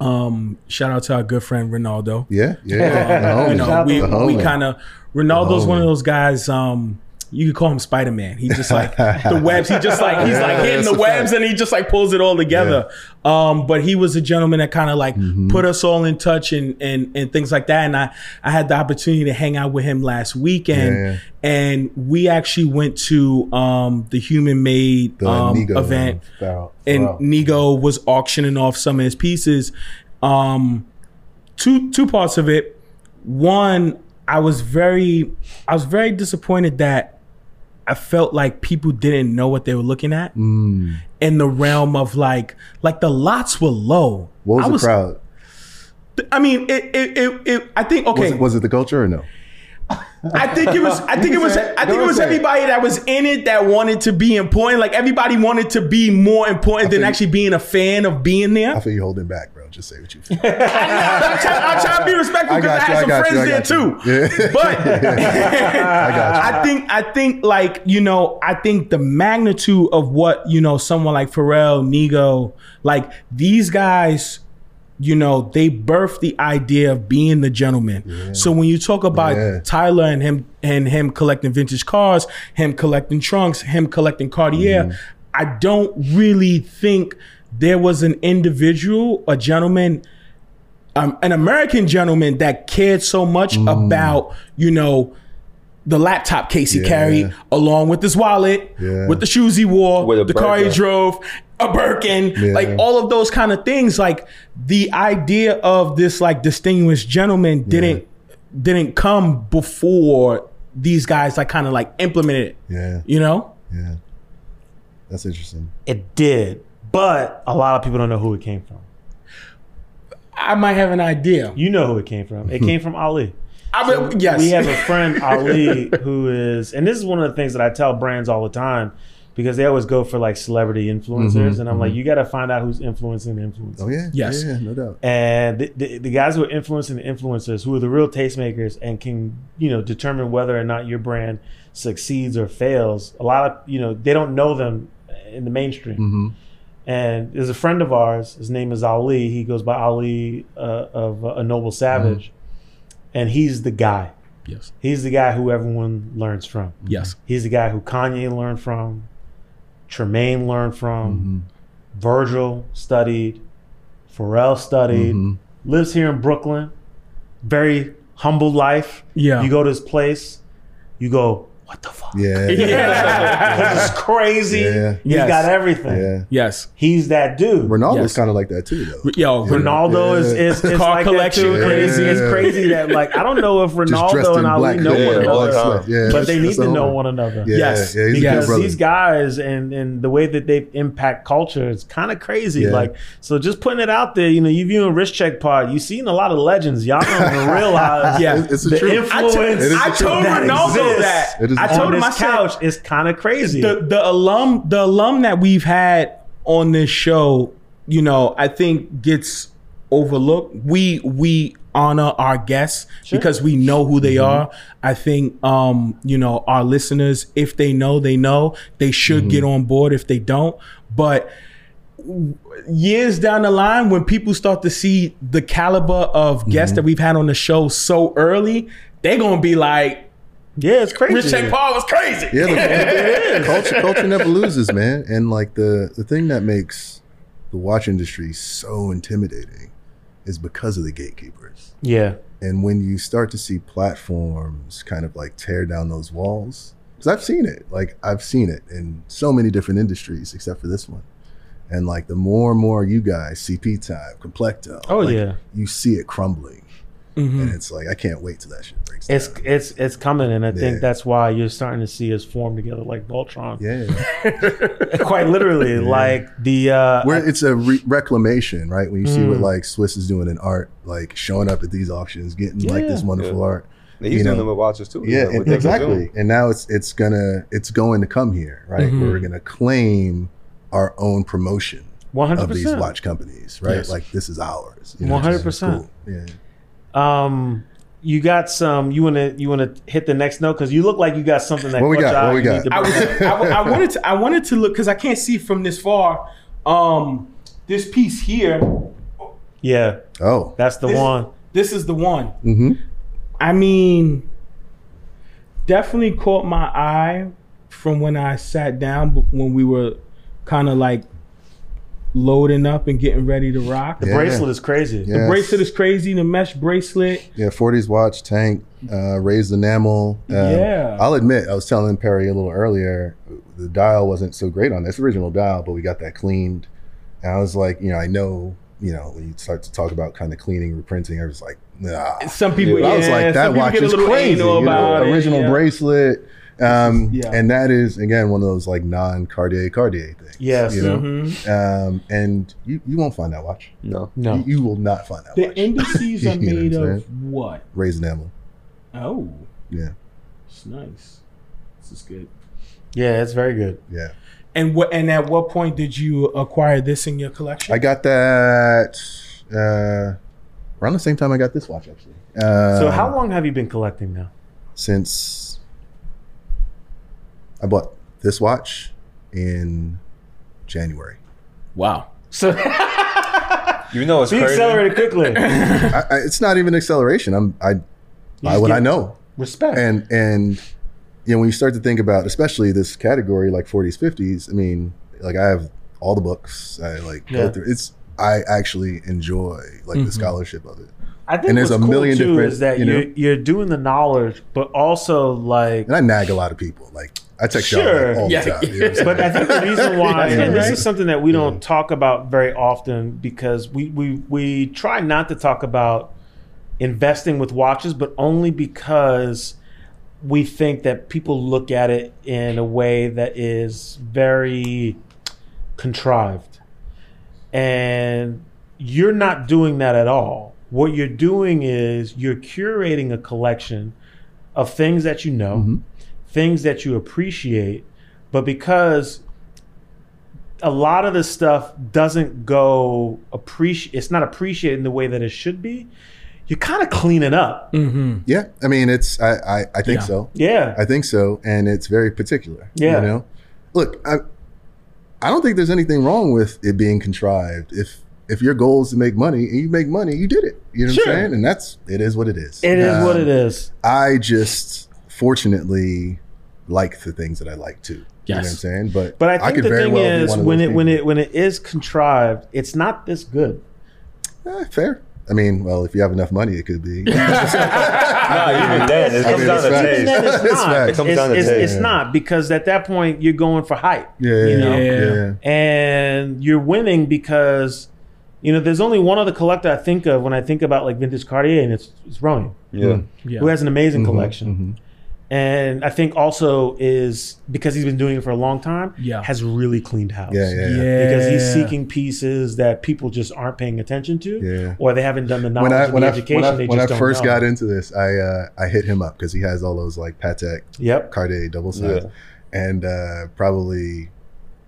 Speaker 3: Um, shout out to our good friend Ronaldo.
Speaker 2: Yeah, yeah. The homie.
Speaker 3: you know, we,
Speaker 2: The
Speaker 3: we
Speaker 2: homie.
Speaker 3: kind of Ronaldo's
Speaker 2: The
Speaker 3: one of
Speaker 2: homie.
Speaker 3: those guys. Um, you could call him Spider Man. He just like the webs. He just like he's like
Speaker 2: Yeah,
Speaker 3: hitting
Speaker 2: that's
Speaker 3: the
Speaker 2: a
Speaker 3: webs
Speaker 2: fact.
Speaker 3: and he just like pulls it all together. Um, but he was a gentleman that kind of like
Speaker 2: Mm-hmm.
Speaker 3: put us all in touch and and and things like that. And I I had the opportunity to hang out with him last weekend,
Speaker 2: Yeah, yeah.
Speaker 3: and we actually went to um the human made
Speaker 2: The
Speaker 3: um,
Speaker 2: Nego
Speaker 3: event
Speaker 2: Farrell-
Speaker 3: and
Speaker 2: Farrell.
Speaker 3: Nego was auctioning off some of his pieces. Um, two two parts of it. One, I was very I was very disappointed that I felt like people didn't know what they were looking at
Speaker 2: Hmm.
Speaker 3: in the realm of like like the lots were low.
Speaker 2: what was,
Speaker 3: I
Speaker 2: the crowd?
Speaker 3: I mean, it it it, it I think
Speaker 2: Was
Speaker 3: okay.
Speaker 2: it, was it the culture or no?
Speaker 3: I think it was. I think it was. I think it was everybody that was in it that wanted to be important. Like everybody wanted to be more important than
Speaker 2: think-
Speaker 3: actually being a fan of being there.
Speaker 2: I feel you holding back, bro. Just say what you feel.
Speaker 3: I try, I try to be respectful
Speaker 2: I
Speaker 3: because
Speaker 2: got
Speaker 3: I,
Speaker 2: you, I
Speaker 3: had some
Speaker 2: got you, I
Speaker 3: friends
Speaker 2: got
Speaker 3: there
Speaker 2: you.
Speaker 3: too.
Speaker 2: Yeah.
Speaker 3: But
Speaker 2: I got you.
Speaker 3: I think I think like you know I think the magnitude of what you know someone like Pharrell, Nego, like these guys. You know, they birthed the idea of being the gentleman. So when you talk about
Speaker 2: Yeah.
Speaker 3: Tyler and him and him collecting vintage cars, him collecting trunks, him collecting Cartier,
Speaker 2: Mm-hmm.
Speaker 3: I don't really think there was an individual, a gentleman um, an American gentleman that cared so much
Speaker 2: Mm.
Speaker 3: about, you know, the laptop case he
Speaker 2: Yeah.
Speaker 3: carried along with his wallet,
Speaker 2: Yeah.
Speaker 3: with the shoes he wore,
Speaker 4: With a
Speaker 3: the car he
Speaker 4: burqa.
Speaker 3: drove, a Birkin,
Speaker 2: Yeah.
Speaker 3: like all of those kind of things. Like the idea of this like distinguished gentleman didn't didn't come before these guys like kind of like implemented it.
Speaker 2: Yeah,
Speaker 3: You know?
Speaker 2: yeah. That's interesting.
Speaker 1: It did, but a lot of people don't know who it came from.
Speaker 3: I might have an idea.
Speaker 1: You know who it came from. It came from Ali.
Speaker 3: I mean, yes.
Speaker 1: We have a friend, Ali, who is, and this is one of the things that I tell brands all the time because they always go for like celebrity influencers. and I'm like, you got to find out who's influencing the influencers.
Speaker 2: Mm-hmm. Oh yeah.
Speaker 3: Yes.
Speaker 2: Yeah, no doubt.
Speaker 1: And the, the, the guys who are influencing the influencers, who are the real tastemakers and can, you know, determine whether or not your brand succeeds or fails, a lot of, you know, they don't know them in the mainstream.
Speaker 3: Mm.
Speaker 2: Mm-hmm.
Speaker 1: And there's a friend of ours. His name is Ali. He goes by Ali uh, of uh, a Noble Savage, and he's the guy.
Speaker 3: yes.
Speaker 1: He's the guy who everyone learns from.
Speaker 3: Yes.
Speaker 1: He's the guy who Kanye learned from, Tremaine learned from, Virgil studied, Pharrell studied, lives here in Brooklyn, very humble life.
Speaker 3: Yeah.
Speaker 1: You go to his place, you go, what the fuck?
Speaker 2: Yeah.
Speaker 1: This is crazy.
Speaker 2: Yeah.
Speaker 1: He's
Speaker 3: Yes.
Speaker 1: got everything.
Speaker 2: Yeah.
Speaker 3: Yes.
Speaker 1: He's that dude.
Speaker 2: Ronaldo's
Speaker 3: Yes.
Speaker 2: kind of like that too, though.
Speaker 3: Yo,
Speaker 1: Ronaldo is
Speaker 2: Yeah.
Speaker 1: is, is
Speaker 3: Car
Speaker 1: like
Speaker 3: collection
Speaker 1: That too. And It's, it's
Speaker 2: Yeah.
Speaker 1: crazy that like I don't know if
Speaker 2: Just dressed
Speaker 1: Ronaldo
Speaker 2: in
Speaker 1: and Ali
Speaker 2: black.
Speaker 1: know
Speaker 2: yeah,
Speaker 1: one
Speaker 4: all
Speaker 1: another,
Speaker 4: the time.
Speaker 2: Yeah,
Speaker 1: but they
Speaker 2: that's-
Speaker 1: need
Speaker 2: that's the
Speaker 1: to know
Speaker 2: whole-
Speaker 1: one another.
Speaker 2: Yeah,
Speaker 3: Yes,
Speaker 2: yeah, he's a
Speaker 3: because
Speaker 2: good
Speaker 1: because
Speaker 2: brother.
Speaker 1: these guys and and the way that they impact culture is kind of crazy.
Speaker 2: Yeah.
Speaker 1: Like so, just putting it out there, you know, you viewing Wrist Check Pod, you seen a lot of legends. Y'all don't even realize,
Speaker 3: Yeah.
Speaker 2: It's- it's the
Speaker 1: the
Speaker 2: truth.
Speaker 3: I t-
Speaker 1: influence.
Speaker 2: It is the
Speaker 3: I
Speaker 2: truth.
Speaker 3: told
Speaker 1: that
Speaker 3: Ronaldo
Speaker 1: exists
Speaker 3: that.
Speaker 2: It is
Speaker 3: I
Speaker 2: the
Speaker 3: told
Speaker 1: on
Speaker 3: him I
Speaker 1: this
Speaker 3: said
Speaker 1: couch is kind of crazy.
Speaker 3: the the alum the alum that we've had on this show, you know, I think gets overlooked. We we honor our guests because we know who they are. I think um, you know our listeners, if they know, they know. They should get on board. If they don't, but years down the line when people start to see the caliber of guests that we've had on the show so early they're gonna be like
Speaker 1: Yeah, it's crazy.
Speaker 3: rich St. paul was crazy
Speaker 2: Yeah, look, culture culture never loses, man. And like the the thing that makes the watch industry so intimidating is because of the gatekeepers.
Speaker 1: Yeah.
Speaker 2: And when you start to see platforms kind of like tear down those walls, because I've seen it, like I've seen it in so many different industries except for this one. And like the more and more you guys, CP time, Complecto,
Speaker 1: Oh,
Speaker 2: like,
Speaker 1: yeah.
Speaker 2: you see it crumbling, and it's like I can't wait till that shit breaks.
Speaker 1: It's
Speaker 2: down.
Speaker 1: it's it's coming, and I
Speaker 2: Yeah.
Speaker 1: think that's why you're starting to see us form together like Voltron.
Speaker 2: yeah.
Speaker 1: Quite literally, like the uh,
Speaker 2: where it's a re- reclamation, right? When you see what like Swiss is doing in art, like showing up at these auctions, getting like this
Speaker 1: Yeah.
Speaker 2: wonderful art.
Speaker 4: He's
Speaker 2: you
Speaker 4: doing
Speaker 2: know.
Speaker 4: them with watchers too.
Speaker 2: Yeah,
Speaker 4: you know,
Speaker 2: and-
Speaker 4: with Dick
Speaker 2: exactly.
Speaker 4: Zoom.
Speaker 2: And now it's it's gonna it's going to come here, right? Where we're gonna claim our own promotion of these
Speaker 1: 100%.
Speaker 2: watch companies, right?
Speaker 3: Yes.
Speaker 2: Like this is ours. you know, which is
Speaker 1: 100%.
Speaker 2: cool. Yeah.
Speaker 1: Um, you got some. You wanna you wanna hit the next note because you look like you got something that
Speaker 2: What we
Speaker 1: caught
Speaker 2: got?
Speaker 1: your eye
Speaker 2: What we
Speaker 1: you need
Speaker 2: got?
Speaker 1: to
Speaker 3: I,
Speaker 1: bring
Speaker 3: was,
Speaker 1: up.
Speaker 3: I, w- I wanted to I wanted to look because I can't see from this far. Um, this piece here,
Speaker 1: yeah,
Speaker 2: Oh,
Speaker 1: that's the
Speaker 3: This-
Speaker 1: one.
Speaker 3: this is the one.
Speaker 2: hmm
Speaker 3: I mean, definitely caught my eye from when I sat down b- when we were kind of like loading up and getting ready to rock.
Speaker 2: Yeah.
Speaker 1: Bracelet is crazy.
Speaker 2: Yeah.
Speaker 3: Bracelet is crazy. The mesh bracelet.
Speaker 2: Yeah, 40s watch, tank, uh, raised enamel. Um,
Speaker 3: Yeah.
Speaker 2: I'll admit, I was telling Perry a little earlier, the dial wasn't so great on this original dial, but we got that cleaned. And I was like, you know, I know, you know, when you start to talk about kind of cleaning, reprinting, I was like, nah.
Speaker 3: Some people,
Speaker 2: But
Speaker 3: yeah,
Speaker 2: I was like,
Speaker 3: some
Speaker 2: that
Speaker 3: people
Speaker 2: watch
Speaker 3: get a
Speaker 2: is
Speaker 3: little
Speaker 2: crazy.
Speaker 3: anal
Speaker 2: you know,
Speaker 3: about it,
Speaker 2: original
Speaker 3: yeah.
Speaker 2: bracelet. Um,
Speaker 3: yeah.
Speaker 2: And that is, again, one of those like non Cartier Cartier things.
Speaker 1: Yes.
Speaker 2: You know?
Speaker 3: Mhm.
Speaker 2: Um, and you, you won't find that watch.
Speaker 4: No.
Speaker 1: No.
Speaker 2: You, you will not find that
Speaker 3: The
Speaker 2: watch.
Speaker 3: indices
Speaker 2: You know what
Speaker 3: are
Speaker 2: I'm
Speaker 3: made
Speaker 2: saying?
Speaker 3: of what?
Speaker 2: raised enamel.
Speaker 3: Oh,
Speaker 2: Yeah.
Speaker 3: it's nice. This is good.
Speaker 1: Yeah, it's very good.
Speaker 2: Yeah.
Speaker 3: And what? And at what point did you acquire this in your collection?
Speaker 2: I got that uh, around the same time I got this watch, actually. Uh,
Speaker 1: So, how long have you been collecting now?
Speaker 2: Since I bought this watch in January.
Speaker 3: wow.
Speaker 1: So,
Speaker 4: You know it's
Speaker 1: so you
Speaker 4: crazy.
Speaker 1: accelerated quickly.
Speaker 2: I, I, it's not even acceleration. I'm I buy
Speaker 1: just
Speaker 2: what
Speaker 1: get-
Speaker 2: I know,
Speaker 1: Respect.
Speaker 2: and and you know when you start to think about, especially this category like 40s, 50s. I mean, like I have all the books. I like
Speaker 1: Yeah. Mm-hmm.
Speaker 2: go through. It's I actually enjoy like the scholarship of it,
Speaker 1: I think
Speaker 2: and there's
Speaker 1: what's
Speaker 2: a
Speaker 1: cool
Speaker 2: million
Speaker 1: too
Speaker 2: different,
Speaker 1: is that
Speaker 2: you
Speaker 1: you
Speaker 2: know?
Speaker 1: are you're doing the knowledge, but also like.
Speaker 2: and I nag a lot of people. Like I text y'all
Speaker 1: Sure.
Speaker 2: like, all
Speaker 3: Yeah.
Speaker 2: the time. you know what I'm saying?
Speaker 1: But I think the reason why,
Speaker 2: Yeah,
Speaker 1: and this
Speaker 2: right.
Speaker 1: is something that we don't talk about very often because we, we, we try not to talk about investing with watches, but only because we think that people look at it in a way that is very contrived. And you're not doing that at all. What you're doing is you're curating a collection of things that you know,
Speaker 2: Mm-hmm.
Speaker 1: things that you appreciate, but because a lot of this stuff doesn't go appreciate it's not appreciated in the way that it should be you're kind of cleaning up
Speaker 3: Mm-hmm.
Speaker 2: yeah, I mean it's I I, I think so.
Speaker 1: yeah
Speaker 2: I think so, and it's very particular.
Speaker 1: Yeah.
Speaker 2: you know, look, I I don't think there's anything wrong with it being contrived. If if your goal is to make money and you make money, you did it. You know
Speaker 1: Sure.
Speaker 2: what I'm saying? And that's it is what it is.
Speaker 1: It is what
Speaker 2: Um,
Speaker 1: it is
Speaker 2: I just fortunately like the things that I like too. You know what I'm
Speaker 3: Yes.
Speaker 2: saying? But
Speaker 1: but i think
Speaker 2: could
Speaker 1: the
Speaker 2: very
Speaker 1: thing
Speaker 2: well be
Speaker 1: is
Speaker 2: one of
Speaker 1: when
Speaker 2: those
Speaker 1: it when it
Speaker 2: people.
Speaker 1: when it is contrived it's not this good
Speaker 2: Eh, fair. I mean, well, if you have enough money, it could be.
Speaker 4: Nah, even then, it comes
Speaker 2: mean,
Speaker 4: down
Speaker 2: it's
Speaker 4: to
Speaker 2: facts.
Speaker 4: taste.
Speaker 1: Then it's
Speaker 2: It's
Speaker 1: not
Speaker 2: facts.
Speaker 4: It comes
Speaker 1: it's,
Speaker 4: down to
Speaker 1: it's-
Speaker 4: taste.
Speaker 1: it's not because at that point you're going for hype
Speaker 2: yeah,
Speaker 1: you know?
Speaker 2: yeah,
Speaker 3: Yeah.
Speaker 1: and you're winning because you know there's only one other collector i think of when i think about like vintage cartier and it's it's ronin
Speaker 2: Hmm.
Speaker 4: Yeah.
Speaker 3: Yeah. Mm-hmm.
Speaker 1: who has an amazing collection. And I think also is because he's been doing it for a long time,
Speaker 3: Yeah.
Speaker 1: has really cleaned house.
Speaker 2: yeah, yeah. yeah.
Speaker 1: Because he's
Speaker 3: Yeah.
Speaker 1: seeking pieces that people just aren't paying attention to,
Speaker 2: Yeah.
Speaker 1: or they haven't done the knowledge
Speaker 2: when I
Speaker 1: and
Speaker 2: when
Speaker 1: the
Speaker 2: I
Speaker 1: education.
Speaker 2: when I,
Speaker 1: they
Speaker 2: when I
Speaker 1: just
Speaker 2: first
Speaker 1: don't know.
Speaker 2: got into this, I uh, I hit him up because he has all those like Patek
Speaker 1: Yep.
Speaker 2: Cartier double sides, and uh, probably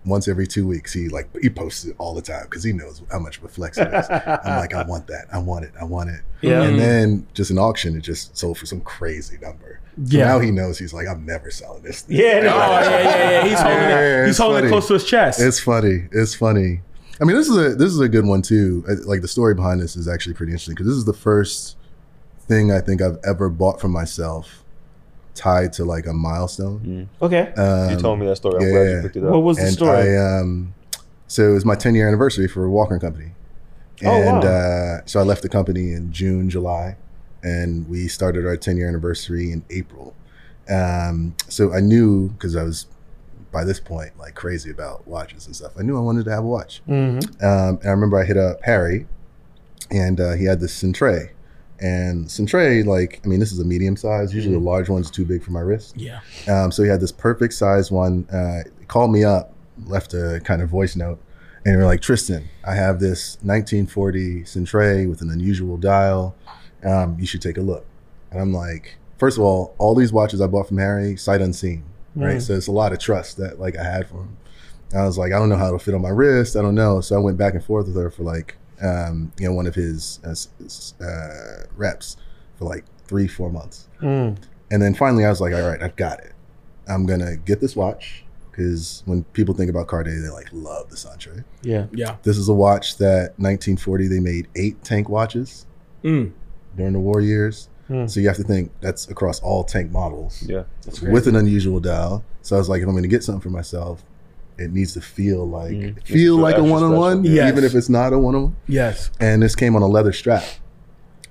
Speaker 2: once every two weeks. He like he posts it all the time because he knows how much of a flex it is. I'm like, I want that. I want it. I want it.
Speaker 3: Mm.
Speaker 1: Yeah.
Speaker 2: And then just an auction, it just sold for some crazy number. So
Speaker 3: Yeah.
Speaker 2: Now he knows he's like, I'm never selling this. thing.
Speaker 1: Yeah, no,
Speaker 3: Oh, yeah, yeah, yeah. He's holding
Speaker 2: Yeah,
Speaker 3: it. He's
Speaker 2: it's
Speaker 3: holding it
Speaker 2: funny.
Speaker 3: close to his chest.
Speaker 2: It's funny. It's funny. I mean, this is a this is a good one too. Uh, Like the story behind this is actually pretty interesting because this is the first thing I think I've ever bought for myself tied to like a milestone.
Speaker 1: Okay.
Speaker 4: you told me that story. I'm glad
Speaker 2: yeah.
Speaker 4: you picked it up.
Speaker 1: What was the
Speaker 2: and
Speaker 1: story?
Speaker 2: I um, so it was my 10 year anniversary for Walker and Company,
Speaker 1: Oh,
Speaker 2: and
Speaker 1: wow.
Speaker 2: uh, so I left the company in June, July, and we started our 10 year anniversary in April. Um, so I knew because I was by this point like crazy about watches and stuff. I knew I wanted to have a watch.
Speaker 1: Mhm.
Speaker 2: Um, and I remember I hit up Harry, and uh, he had this Centre. And Centre, like, I mean, this is a medium size. Usually,
Speaker 1: Mm-hmm.
Speaker 2: the large one's too big for my wrist.
Speaker 3: yeah.
Speaker 2: Um, so he had this perfect size one. Uh, he called me up, left a kind of voice note, and we're like, Tristan, I have this 1940 Centre with an unusual dial. Um, you should take a look. And I'm like, first of all, all these watches I bought from Harry, sight unseen, right? So it's a lot of trust that like I had for him. And I was like, I don't know how it'll fit on my wrist. I don't know. So I went back and forth with her for like, um, you know, one of his uh, s- uh, reps for like three, four months.
Speaker 1: Mm.
Speaker 2: And then finally, I was like, all right, I've got it. I'm gonna get this watch because when people think about Cartier, they like love the Santre.
Speaker 1: Yeah.
Speaker 3: Yeah.
Speaker 2: This is a watch that 1940 they made eight tank watches
Speaker 3: Mm.
Speaker 2: during the war years.
Speaker 1: Hmm.
Speaker 2: So you have to think that's across all tank models
Speaker 4: Yeah.
Speaker 2: with an unusual dial. So I was like, if I'm gonna get something for myself, it needs to feel like feel
Speaker 4: Feel
Speaker 2: like a
Speaker 4: extra
Speaker 2: one on one,
Speaker 3: special. Yes.
Speaker 2: even if it's not a one on one
Speaker 3: Yes.
Speaker 2: and this came on a leather strap.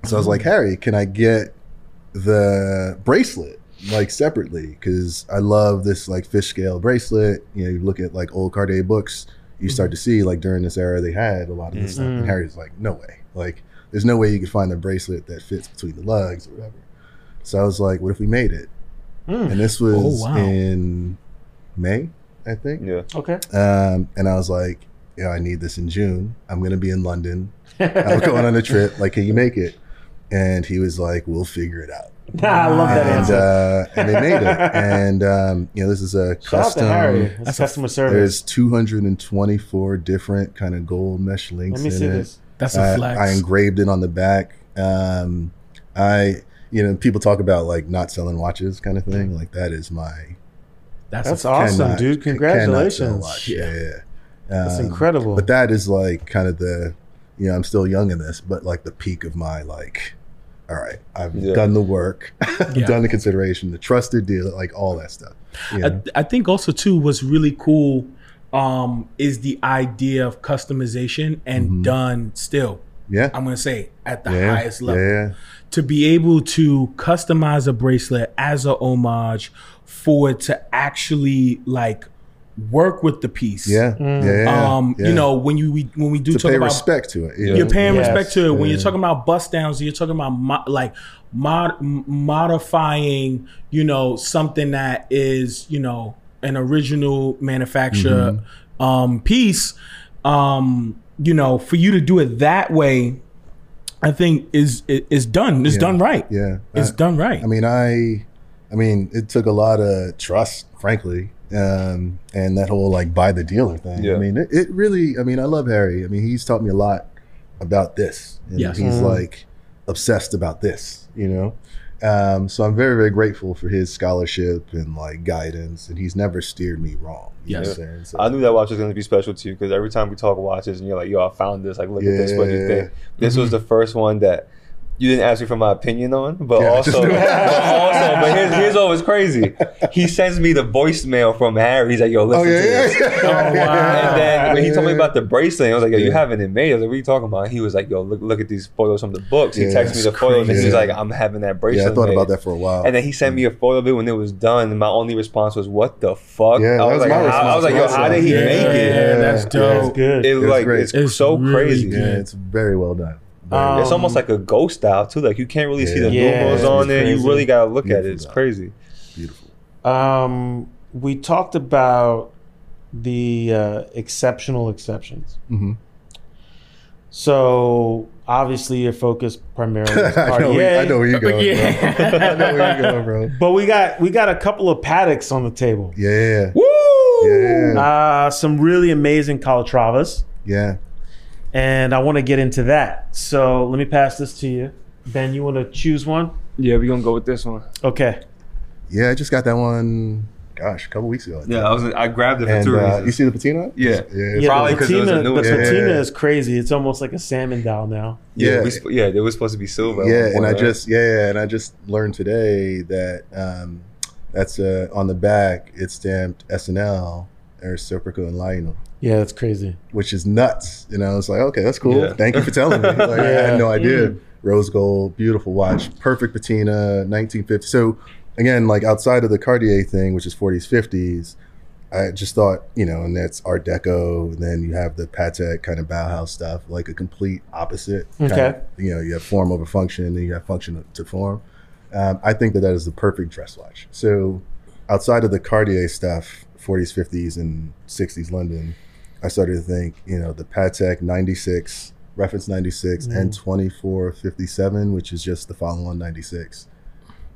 Speaker 2: So I was
Speaker 3: Mm.
Speaker 2: like, Harry, can I get the bracelet like separately? Because I love this like fish scale bracelet. You know, you look at like old Cartier books, you start to see like during this era they had a lot of this stuff.
Speaker 3: Mm.
Speaker 2: And Harry's like, no way. Like, there's no way you could find a bracelet that fits between the lugs or whatever. So I was like, what if we made it? And this was
Speaker 3: Oh, wow.
Speaker 2: in May, I think.
Speaker 4: Yeah.
Speaker 1: Okay.
Speaker 2: Um, and I was like, you know, I need this in June. I'm going to be in London. I'm going on a trip. Like, can you make it? And he was like, we'll figure it out.
Speaker 1: I love that
Speaker 2: And,
Speaker 1: answer.
Speaker 2: uh, and they made it. And, um, you know, this is a
Speaker 1: Shout out to
Speaker 2: custom.
Speaker 1: Harry. That's, customer service.
Speaker 2: There's 224 different kind of gold mesh links
Speaker 1: Let me
Speaker 2: in
Speaker 1: see
Speaker 2: it.
Speaker 1: this.
Speaker 3: That's
Speaker 2: I-
Speaker 3: a flex.
Speaker 2: I engraved it on the back. Um, I, you know, people talk about like not selling watches kind of thing. Like, that is my
Speaker 3: that's,
Speaker 1: That's
Speaker 3: a,
Speaker 1: awesome,
Speaker 2: cannot-
Speaker 1: dude.
Speaker 2: cannot
Speaker 1: Congratulations.
Speaker 2: sell a watch. Yeah, yeah.
Speaker 1: That's incredible.
Speaker 2: Um, But that is like kind of the, you know, I'm still young in this, but like the peak of my like, all right, I've
Speaker 4: Yeah.
Speaker 2: done the work, I've
Speaker 3: Yeah.
Speaker 2: done the consideration, the trusted deal, like all that stuff. You know?
Speaker 3: I, I think also too what's really cool um, is the idea of customization and done still.
Speaker 2: yeah.
Speaker 3: I'm gonna say at the
Speaker 2: Mm-hmm. yeah.
Speaker 3: highest level.
Speaker 2: Yeah.
Speaker 3: to be able to customize a bracelet as a homage for it to actually like work with the piece.
Speaker 2: Yeah. yeah, yeah,
Speaker 3: Um,
Speaker 2: yeah.
Speaker 3: you know, when you we, when we do
Speaker 2: to
Speaker 3: talk
Speaker 2: pay
Speaker 3: about
Speaker 2: respect to it. you
Speaker 3: you're
Speaker 2: know?
Speaker 3: paying
Speaker 1: Yes.
Speaker 3: respect to it. When you're talking about bust downs, you're talking about mo- like mod- m- modifying, you know, something that is, you know, an original manufacturer
Speaker 2: Mm-hmm.
Speaker 3: um, piece. Um, you know, for you to do it that way, I think is i- is done. It's done right.
Speaker 2: yeah.
Speaker 3: It's
Speaker 2: I-
Speaker 3: done right.
Speaker 2: I mean, I, I mean, it took a lot of trust, frankly, um, and that whole like buy the dealer thing.
Speaker 4: Yeah.
Speaker 2: I mean, it, it really. I mean, I love Harry. I mean, he's taught me a lot about this. And
Speaker 3: Yes.
Speaker 2: he's
Speaker 4: Mm-hmm.
Speaker 2: like obsessed about this. You know. Um, so I'm very, very grateful for his scholarship and like guidance, and he's never steered me wrong. You know
Speaker 3: Yes.
Speaker 2: what I'm saying? So,
Speaker 4: I knew that watch was going to be special to you because every time we talk watches and you're like, yo, I found this. Like, look at this. What do you
Speaker 2: Yeah. Mm-hmm.
Speaker 4: think? This was the first one that you didn't ask me for my opinion on, but
Speaker 2: Yeah, I
Speaker 4: also,
Speaker 2: just knew it.
Speaker 4: but also, but here's, here's what was crazy. He sends me the voicemail from Harry. He's like, yo, listen
Speaker 2: oh yeah,
Speaker 4: to
Speaker 2: yeah,
Speaker 4: this.
Speaker 2: yeah.
Speaker 3: Oh, wow.
Speaker 2: Ah.
Speaker 4: And then when he told me
Speaker 2: Yeah.
Speaker 4: about the bracelet, I was like, "Yo, you haven't it made." I was like, "What are you talking about?" He was like, "Yo, look, look at these photos from the books." He
Speaker 2: Yeah,
Speaker 4: texted me the
Speaker 3: that's
Speaker 4: photos, and he's
Speaker 2: crazy.
Speaker 4: like, "I'm having that bracelet."
Speaker 2: Yeah, I thought
Speaker 4: made."
Speaker 2: about that for a while.
Speaker 4: And then he sent me a photo of it when it was done, and my only response was, "What the fuck?"
Speaker 2: Yeah,
Speaker 4: I
Speaker 2: that
Speaker 4: was
Speaker 2: was
Speaker 4: like,
Speaker 2: my
Speaker 4: how, I
Speaker 2: response
Speaker 4: was like, "Yo,
Speaker 2: also.
Speaker 4: how did he
Speaker 3: yeah,
Speaker 4: make
Speaker 3: yeah,
Speaker 4: it?"
Speaker 3: that's
Speaker 1: That's
Speaker 3: dope.
Speaker 1: good.
Speaker 4: It was
Speaker 2: was
Speaker 4: like
Speaker 2: great.
Speaker 4: it's,
Speaker 3: It's
Speaker 4: so
Speaker 3: really
Speaker 4: crazy.
Speaker 3: good.
Speaker 2: yeah, it's very well done. Very
Speaker 1: Um,
Speaker 4: It's almost like a ghost style too. Like you can't really see the
Speaker 1: Yeah,
Speaker 4: numerals
Speaker 1: it's
Speaker 4: on it. You
Speaker 1: crazy.
Speaker 4: really gotta look at it. It's
Speaker 2: Beautiful.
Speaker 4: crazy.
Speaker 2: beautiful.
Speaker 1: Um, we talked about the uh, exceptional exceptions.
Speaker 4: Mm-hmm.
Speaker 2: Mhm.
Speaker 1: So obviously, your focus primarily is
Speaker 2: I, know where,
Speaker 1: Cartier,
Speaker 2: I know where you're going,
Speaker 3: yeah.
Speaker 2: bro. I know where you're going, bro.
Speaker 1: but we got we got a couple of paddocks on the table.
Speaker 2: Yeah.
Speaker 3: Woo!
Speaker 2: Yeah.
Speaker 1: Uh, some really amazing Calatravas,
Speaker 2: Yeah.
Speaker 1: and I want to get into that. So let me pass this to you. Ben, you want to choose one?
Speaker 4: Yeah, we're gonna go with this one.
Speaker 1: Okay.
Speaker 2: Yeah, I just got that one, gosh, a couple weeks ago. I think.
Speaker 4: Yeah, I was I grabbed it for
Speaker 2: And
Speaker 4: two
Speaker 2: uh,
Speaker 4: reasons.
Speaker 2: you see the patina?
Speaker 4: Yeah.
Speaker 2: Yeah.
Speaker 1: Yeah,
Speaker 4: Probably
Speaker 1: the
Speaker 4: 'cause it was a
Speaker 1: patina,
Speaker 4: new
Speaker 1: the
Speaker 4: one.
Speaker 1: patina
Speaker 2: Yeah.
Speaker 1: is crazy. It's almost like a salmon doll now.
Speaker 4: yeah,
Speaker 2: Yeah.
Speaker 4: we sp- yeah, they were supposed to be silver. at
Speaker 2: yeah
Speaker 4: one
Speaker 2: and
Speaker 4: point,
Speaker 2: i
Speaker 4: right?
Speaker 2: just yeah and i just learned today that um that's uh on the back it's stamped snl or Serpico and lionel
Speaker 1: Yeah, that's crazy.
Speaker 2: which is nuts you know it's like okay that's cool
Speaker 4: Yeah.
Speaker 2: thank you for telling me like i
Speaker 1: Yeah.
Speaker 2: had no idea rose gold beautiful watch perfect patina 1950 so again like outside of the cartier thing which is 40s 50s I just thought, you know, and that's Art Deco. And then you have the Patek kind of Bauhaus stuff, like a complete opposite. kind
Speaker 1: Okay.
Speaker 2: of- you know, you have form over function, and you have function to form. Um, I think that that is the perfect dress watch. So, outside of the Cartier stuff, 40s, 50s, and 60s London, I started to think, you know, the Patek 96, reference 96, and 2457, which is just the follow on 96.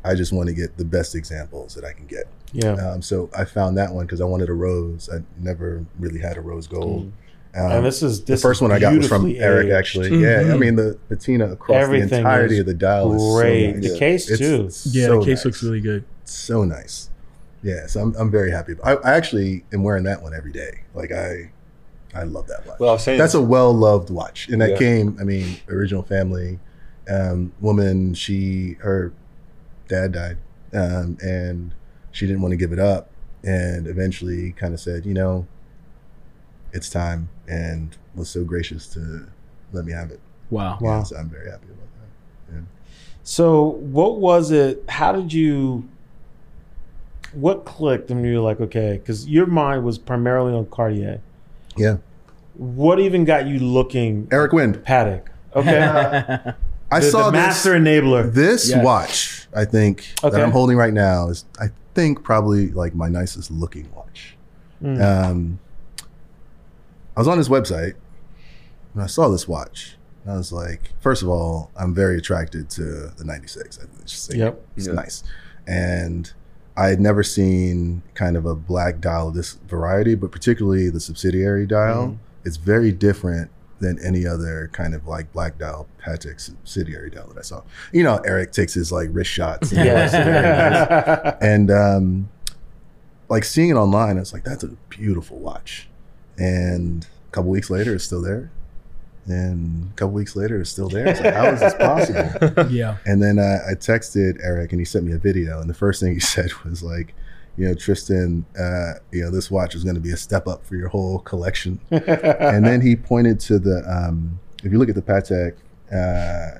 Speaker 2: I just want to get the best examples that I can get.
Speaker 1: Yeah.
Speaker 2: Um, so I found that one because I wanted a rose. I never really had a rose gold. Um,
Speaker 1: and this is this
Speaker 2: the first
Speaker 1: is
Speaker 2: one I got was from
Speaker 1: beautifully
Speaker 2: Eric,
Speaker 1: aged.
Speaker 2: actually.
Speaker 3: Mm-hmm.
Speaker 2: Yeah, I mean the patina across the
Speaker 1: Everything
Speaker 2: entirety
Speaker 1: is
Speaker 2: of the dial is so
Speaker 1: great.
Speaker 2: nice.
Speaker 1: The case, too.
Speaker 3: Yeah,
Speaker 2: so
Speaker 3: the case
Speaker 2: nice.
Speaker 3: looks really good.
Speaker 2: so nice. Yeah, so I'm, I'm very happy. I, I actually am wearing that one every day. Like I, I love that watch.
Speaker 4: Well, I was saying
Speaker 2: That's a well loved watch, and that
Speaker 4: Yeah.
Speaker 2: came. I mean, original family um, woman. She her dad died, um, and she didn't want to give it up, and eventually kind of said, you know, it's time, and was so gracious to let me have it.
Speaker 3: Wow.
Speaker 2: Yeah,
Speaker 1: Wow.
Speaker 2: so I'm very happy about that.
Speaker 1: So, what was it? How did you? What clicked and you were like, okay, because your mind was primarily on Cartier.
Speaker 2: Yeah,
Speaker 1: What even got you looking
Speaker 2: Eric Wind.
Speaker 1: Paddock? Okay,
Speaker 2: I
Speaker 1: the,
Speaker 2: saw
Speaker 1: the
Speaker 2: this.
Speaker 1: master enabler.
Speaker 2: This
Speaker 3: Yes.
Speaker 2: watch, I think,
Speaker 1: Okay.
Speaker 2: that I'm holding right now is, I think, probably like my nicest looking watch. Um, I was on his website and I saw this watch. And I was like, first of all, I'm very attracted to the 96. I just think
Speaker 1: Yep.
Speaker 2: it's
Speaker 4: Yeah.
Speaker 2: nice. And I had never seen kind of a black dial of this variety, but particularly the subsidiary dial. It's very different than any other kind of like black dial Patek subsidiary dial that I saw. You know, Eric takes his like wrist shots. and all that stuff
Speaker 1: yeah.
Speaker 2: and um, like seeing it online, I was like, "That's a beautiful watch." And a couple weeks later, it's still there. And a couple weeks later, it's still there. It's like, how is this possible?
Speaker 3: Yeah.
Speaker 2: And then uh, I texted Eric, and he sent me a video. And the first thing he said was like, "You know, Tristan, uh, you know, this watch is going to be a step up for your whole collection." and then he pointed to the um, if you look at the Patek uh,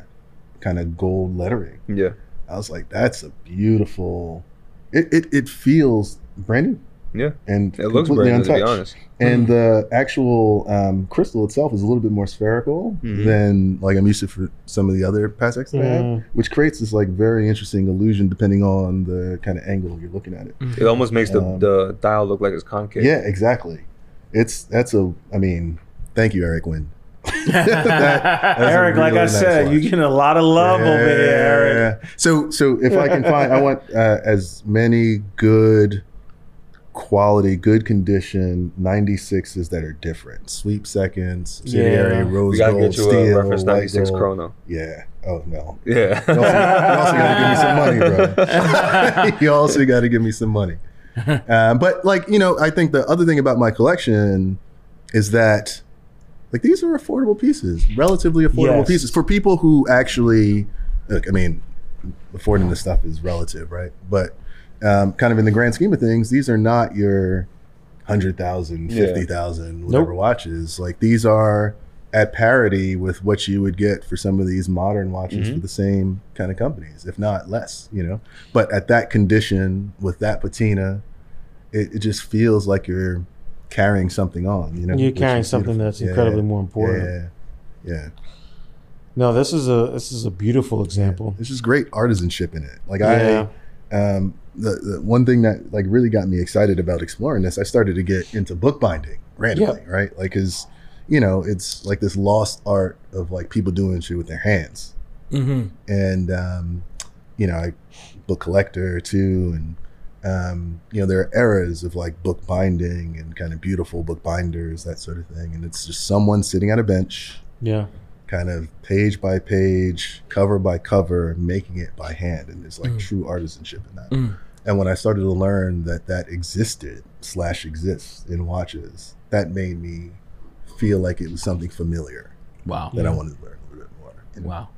Speaker 2: kind of gold lettering.
Speaker 4: yeah,
Speaker 2: I was like, that's a beautiful. It it, it feels brand new
Speaker 4: yeah.
Speaker 2: and
Speaker 4: It looks
Speaker 2: completely
Speaker 4: brand new, to
Speaker 2: untouched.
Speaker 4: be honest.
Speaker 1: Hmm.
Speaker 2: And the actual um, crystal itself is a little bit more spherical
Speaker 1: Hmm.
Speaker 2: than like I'm used to for some of the other Pateks that I have,
Speaker 1: Mm.
Speaker 2: which creates this like very interesting illusion depending on the kind of angle you're looking at it.
Speaker 1: Hmm.
Speaker 4: It almost makes the,
Speaker 2: Um,
Speaker 4: the dial look like it's concave.
Speaker 2: Yeah, exactly. It's that's a. I mean, thank you, Eric Wynn. That- that's a
Speaker 1: Eric, like
Speaker 2: really
Speaker 1: I
Speaker 2: nice
Speaker 1: said,
Speaker 2: watch.
Speaker 1: you're getting a lot of love over here, Eric.
Speaker 2: Yeah. So so if I can find, I want uh, as many good quality, good condition 96s that are different. Sweep seconds, subsidiary,
Speaker 1: Yeah.
Speaker 2: rose
Speaker 4: we gotta
Speaker 2: gold,
Speaker 4: get you
Speaker 2: steel,
Speaker 4: a reference
Speaker 2: white
Speaker 4: 96
Speaker 2: gold.
Speaker 4: chrono.
Speaker 2: Yeah. Oh no.
Speaker 4: Yeah,
Speaker 2: You also, you also gotta give me some money, bro. you also gotta give me some money. Um, but like you know, I think the other thing about my collection is that like these are affordable pieces, relatively affordable
Speaker 1: Yes.
Speaker 2: pieces for people who actually look. I mean, affording this stuff is relative, right? But um, kind of in the grand scheme of things, these are not your hundred thousand,
Speaker 4: Yeah.
Speaker 2: fifty thousand, whatever
Speaker 1: Nope.
Speaker 2: watches. Like these are at parity with what you would get for some of these modern watches
Speaker 1: Mm-hmm.
Speaker 2: for the same kind of companies, if not less, you know. But at that condition, with that patina, it, it just feels like you're carrying something on, you know.
Speaker 1: You're
Speaker 2: which
Speaker 1: carrying
Speaker 2: is
Speaker 1: something
Speaker 2: beautiful.
Speaker 1: that's
Speaker 2: Yeah,
Speaker 1: incredibly more important.
Speaker 2: Yeah. Yeah.
Speaker 1: No, this is a this is a beautiful example.
Speaker 2: There's just great artisanship in it. Like
Speaker 1: Yeah.
Speaker 2: I um the, the one thing that like really got me excited about exploring this, I started to get into bookbinding randomly, right? Like cuz you know, it's like this lost art of like people doing shit with their hands.
Speaker 3: Mm-hmm.
Speaker 2: And um you know, I book collector too and um, you know, there are eras of like book binding and kind of beautiful book binders, that sort of thing. And it's just someone sitting at a bench,
Speaker 1: Yeah.
Speaker 2: kind of page by page, cover by cover, making it by hand. And there's like true artisanship in that. And when I started to learn that that existed slash exists in watches, that made me feel like it was something familiar
Speaker 3: Wow.
Speaker 2: that I wanted to learn a little bit more. And
Speaker 3: Wow.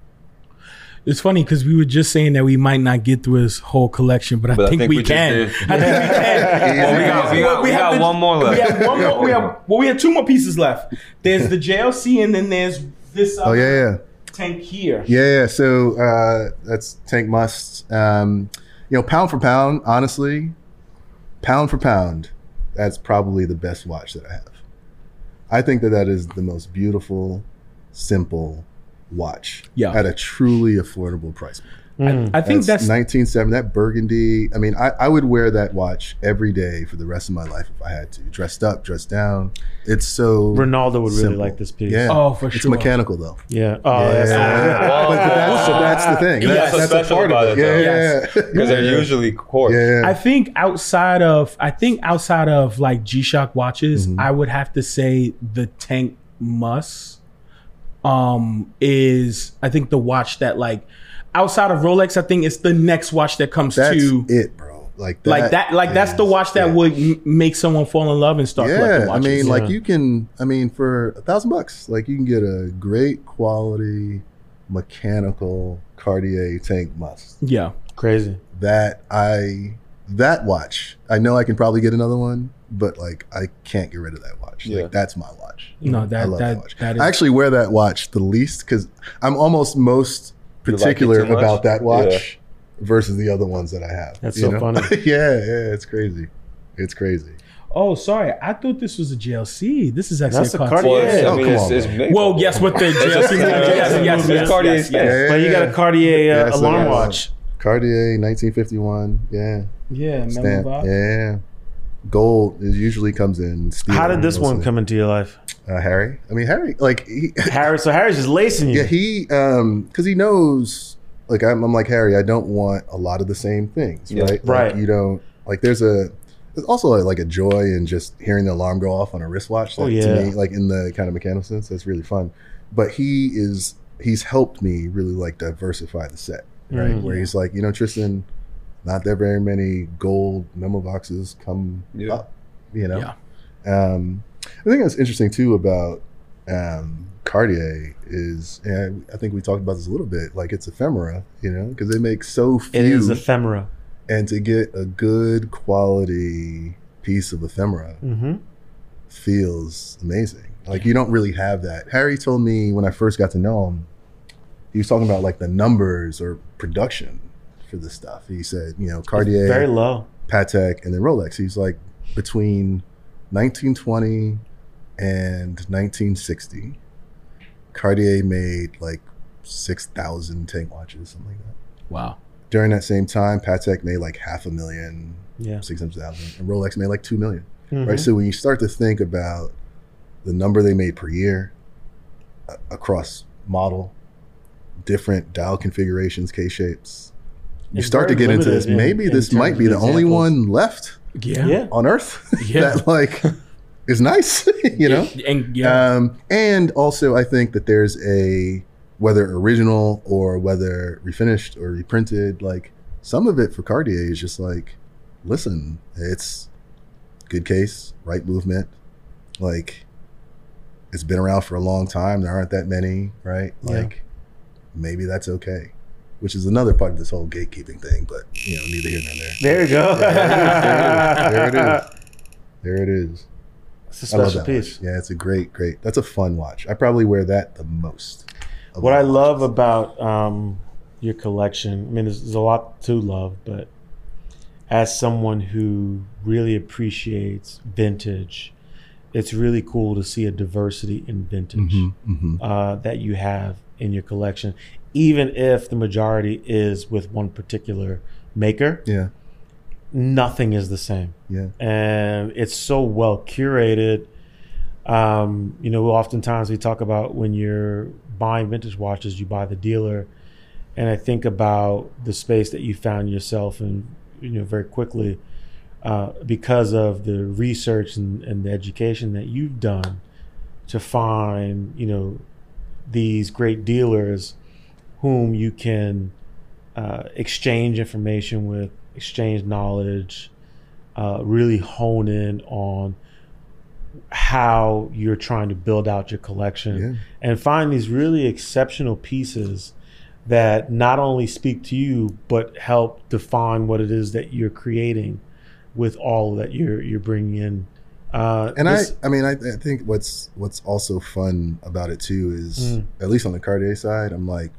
Speaker 3: It's funny because we were just saying that we might not get through his whole collection, but I,
Speaker 4: But
Speaker 3: think, we,
Speaker 4: just
Speaker 3: can. I
Speaker 4: did.
Speaker 3: think we can.
Speaker 4: Well, we got, we got, we got
Speaker 3: the-
Speaker 4: one more left.
Speaker 3: We have one more.
Speaker 4: We got
Speaker 3: We
Speaker 4: one
Speaker 3: have well, we have two more pieces left. There's the JLC, and then there's this
Speaker 2: Oh
Speaker 3: other
Speaker 2: yeah, yeah.
Speaker 3: tank here.
Speaker 2: Yeah, yeah. So uh, that's Tank Must. Um, you know, pound for pound, honestly, pound for pound, that's probably the best watch that I have. I think that that is the most beautiful, simple watch
Speaker 3: Yeah.
Speaker 2: at a truly affordable price. point.
Speaker 3: I think
Speaker 2: That's,
Speaker 3: that's,
Speaker 2: 1970. That burgundy. I mean, I, I would wear that watch every day for the rest of my life if I had to. Dressed up, dressed down. It's so
Speaker 1: Ronaldo would really
Speaker 2: simple.
Speaker 1: like this piece.
Speaker 2: Yeah.
Speaker 3: Oh, for
Speaker 2: it's
Speaker 3: sure.
Speaker 2: mechanical though.
Speaker 1: Yeah. Oh, that's
Speaker 2: But, but that's, so that's the thing.
Speaker 4: Yeah,
Speaker 2: That's,
Speaker 4: so
Speaker 2: that's
Speaker 4: special
Speaker 2: a part
Speaker 4: about
Speaker 2: of it.
Speaker 4: it, though.
Speaker 2: Yeah, yeah, yeah.
Speaker 4: Because they're usually coarse.
Speaker 2: yeah.
Speaker 3: I think outside of I think outside of like G-Shock watches,
Speaker 2: Mm-hmm.
Speaker 3: I would have to say the Tank Mus um is I think the watch that like outside of Rolex, I think it's the next watch that comes
Speaker 2: that's
Speaker 3: to
Speaker 2: it, bro. Like that.
Speaker 3: like that like that's the
Speaker 2: is-
Speaker 3: watch that
Speaker 2: yeah.
Speaker 3: would m- make someone fall in love and start
Speaker 2: Yeah,
Speaker 3: collecting
Speaker 2: I
Speaker 3: watches.
Speaker 2: mean,
Speaker 1: Yeah.
Speaker 2: like you can. I mean, for a thousand bucks, like you can get a great quality mechanical Cartier tank must.
Speaker 3: yeah.
Speaker 1: crazy.
Speaker 2: That I that watch. I know I can probably get another one, but like I can't get rid of that watch.
Speaker 4: Yeah.
Speaker 2: Like that's my watch.
Speaker 3: No,
Speaker 2: Mm-hmm. I
Speaker 3: that
Speaker 2: love that,
Speaker 3: that,
Speaker 2: watch.
Speaker 3: that is
Speaker 2: I actually wear that watch the least because I'm almost most
Speaker 4: You like it
Speaker 2: particular
Speaker 4: too much?
Speaker 2: about that watch versus the other ones that I have.
Speaker 1: That's
Speaker 2: you
Speaker 1: so funny.
Speaker 2: yeah, yeah, it's crazy. It's crazy.
Speaker 3: Oh, sorry. I thought this was a JLC. This is actually
Speaker 1: That's
Speaker 3: a
Speaker 1: a Cartier.
Speaker 3: Cartier.
Speaker 4: Well, it's,
Speaker 2: Yeah.
Speaker 4: I mean,
Speaker 2: Oh,
Speaker 4: it's,
Speaker 2: come
Speaker 4: it's
Speaker 2: on.
Speaker 4: made-
Speaker 3: Well, yes, with the
Speaker 4: It's
Speaker 3: JLC.
Speaker 4: a-
Speaker 3: yes, yes, yes,
Speaker 4: it's
Speaker 3: yes,
Speaker 4: Cartier
Speaker 3: yes,
Speaker 4: stamp.
Speaker 3: yes.
Speaker 2: Yeah,
Speaker 1: But you got
Speaker 2: yeah.
Speaker 1: a Cartier uh,
Speaker 2: Yeah, so
Speaker 1: alarm
Speaker 2: yeah.
Speaker 1: watch.
Speaker 2: Cartier, 1951. Yeah,
Speaker 3: Yeah,
Speaker 2: stamp.
Speaker 3: Melon Vibe.
Speaker 2: Yeah, gold is usually comes in. Steel
Speaker 1: How did this one
Speaker 2: mostly.
Speaker 1: come into your life?
Speaker 2: Uh, Harry. I mean, Harry. Like, he,
Speaker 1: Harry, so Harry's just lacing you.
Speaker 2: yeah, he, um, because he knows. Like, I'm, I'm like Harry. I don't want a lot of the same things,
Speaker 4: Yeah.
Speaker 2: right? Like,
Speaker 1: Right.
Speaker 2: You don't like. There's a. There's also like a joy in just hearing the alarm go off on a wristwatch.
Speaker 1: Oh,
Speaker 2: That,
Speaker 1: yeah.
Speaker 2: To me, like in the kind of mechanical sense, that's really fun. But he is. He's helped me really like diversify the set, right?
Speaker 1: Mm.
Speaker 2: Where he's like, you know, Tristan, not that very many gold memo boxes come
Speaker 4: Yeah.
Speaker 2: up, you know. Um, I think that's interesting too about um, Cartier is, and I think we talked about this a little bit. Like it's ephemera, you know, because they make so few,
Speaker 1: it is ephemera.
Speaker 2: and to get a good quality piece of ephemera
Speaker 1: Mm-hmm.
Speaker 2: feels amazing. Like you don't really have that. Harry told me when I first got to know him, he was talking about like the numbers or production for this stuff. He said, you know, Cartier
Speaker 1: Very low.
Speaker 2: Patek, and then Rolex. He's like between 1920 and 1960. Cartier made like 6,000 tank watches, something like that.
Speaker 3: Wow.
Speaker 2: During that same time, Patek made like half a million,
Speaker 1: Yeah.
Speaker 2: 600,000, and Rolex made like 2 million,
Speaker 1: Mhm.
Speaker 2: Right. So when you start to think about the number they made per year a- across model, different dial configurations, K shapes, you
Speaker 1: It's
Speaker 2: start to
Speaker 1: very
Speaker 2: get into
Speaker 1: limited
Speaker 2: this.
Speaker 1: in-
Speaker 2: Maybe
Speaker 1: in
Speaker 2: this
Speaker 1: terms
Speaker 2: might
Speaker 1: of
Speaker 2: be the only
Speaker 1: examples.
Speaker 2: one left
Speaker 3: Yeah.
Speaker 1: Yeah.
Speaker 2: on Earth
Speaker 3: Yeah.
Speaker 2: that like is nice, you know.
Speaker 3: And
Speaker 1: Uh,
Speaker 3: yeah.
Speaker 2: Um, and also, I think that there's a whether original or whether refinished or reprinted, like some of it for Cartier is just like, listen, it's good case, right movement, like it's been around for a long time. There aren't that many, right?
Speaker 1: Yeah.
Speaker 2: Like maybe that's okay, which is another part of this whole gatekeeping thing. But you know, neither here nor there.
Speaker 1: There you go.
Speaker 2: There it is. There it is.
Speaker 1: It's a
Speaker 2: I love
Speaker 1: special
Speaker 2: that
Speaker 1: piece.
Speaker 2: watch. Yeah, it's a great, great. That's a fun watch. I probably wear that the most. of
Speaker 1: What I
Speaker 2: my watches.
Speaker 1: love about um, your collection, I mean, there's, there's a lot to love, but as someone who really appreciates vintage, it's really cool to see a diversity in vintage
Speaker 2: Mm-hmm.
Speaker 1: uh, that you have in your collection, even if the majority is with one particular maker.
Speaker 2: Yeah,
Speaker 1: Nothing is the same.
Speaker 2: yeah,
Speaker 1: and it's so well curated. Um, you know, oftentimes we talk about when you're buying vintage watches, you buy the dealer, and I think about the space that you found yourself in, you know, very quickly uh, because of the research and, and the education that you've done to find, you know, these great dealers whom you can uh, exchange information with, exchange knowledge, uh, really hone in on how you're trying to build out your collection
Speaker 2: Yeah.
Speaker 1: and find these really exceptional pieces that not only speak to you but help define what it is that you're creating with all that you're you're bringing in. Uh,
Speaker 2: and
Speaker 1: this-
Speaker 2: I, I mean, I, I think what's what's also fun about it too is
Speaker 1: Mm.
Speaker 2: at least on the Cartier side, I'm like,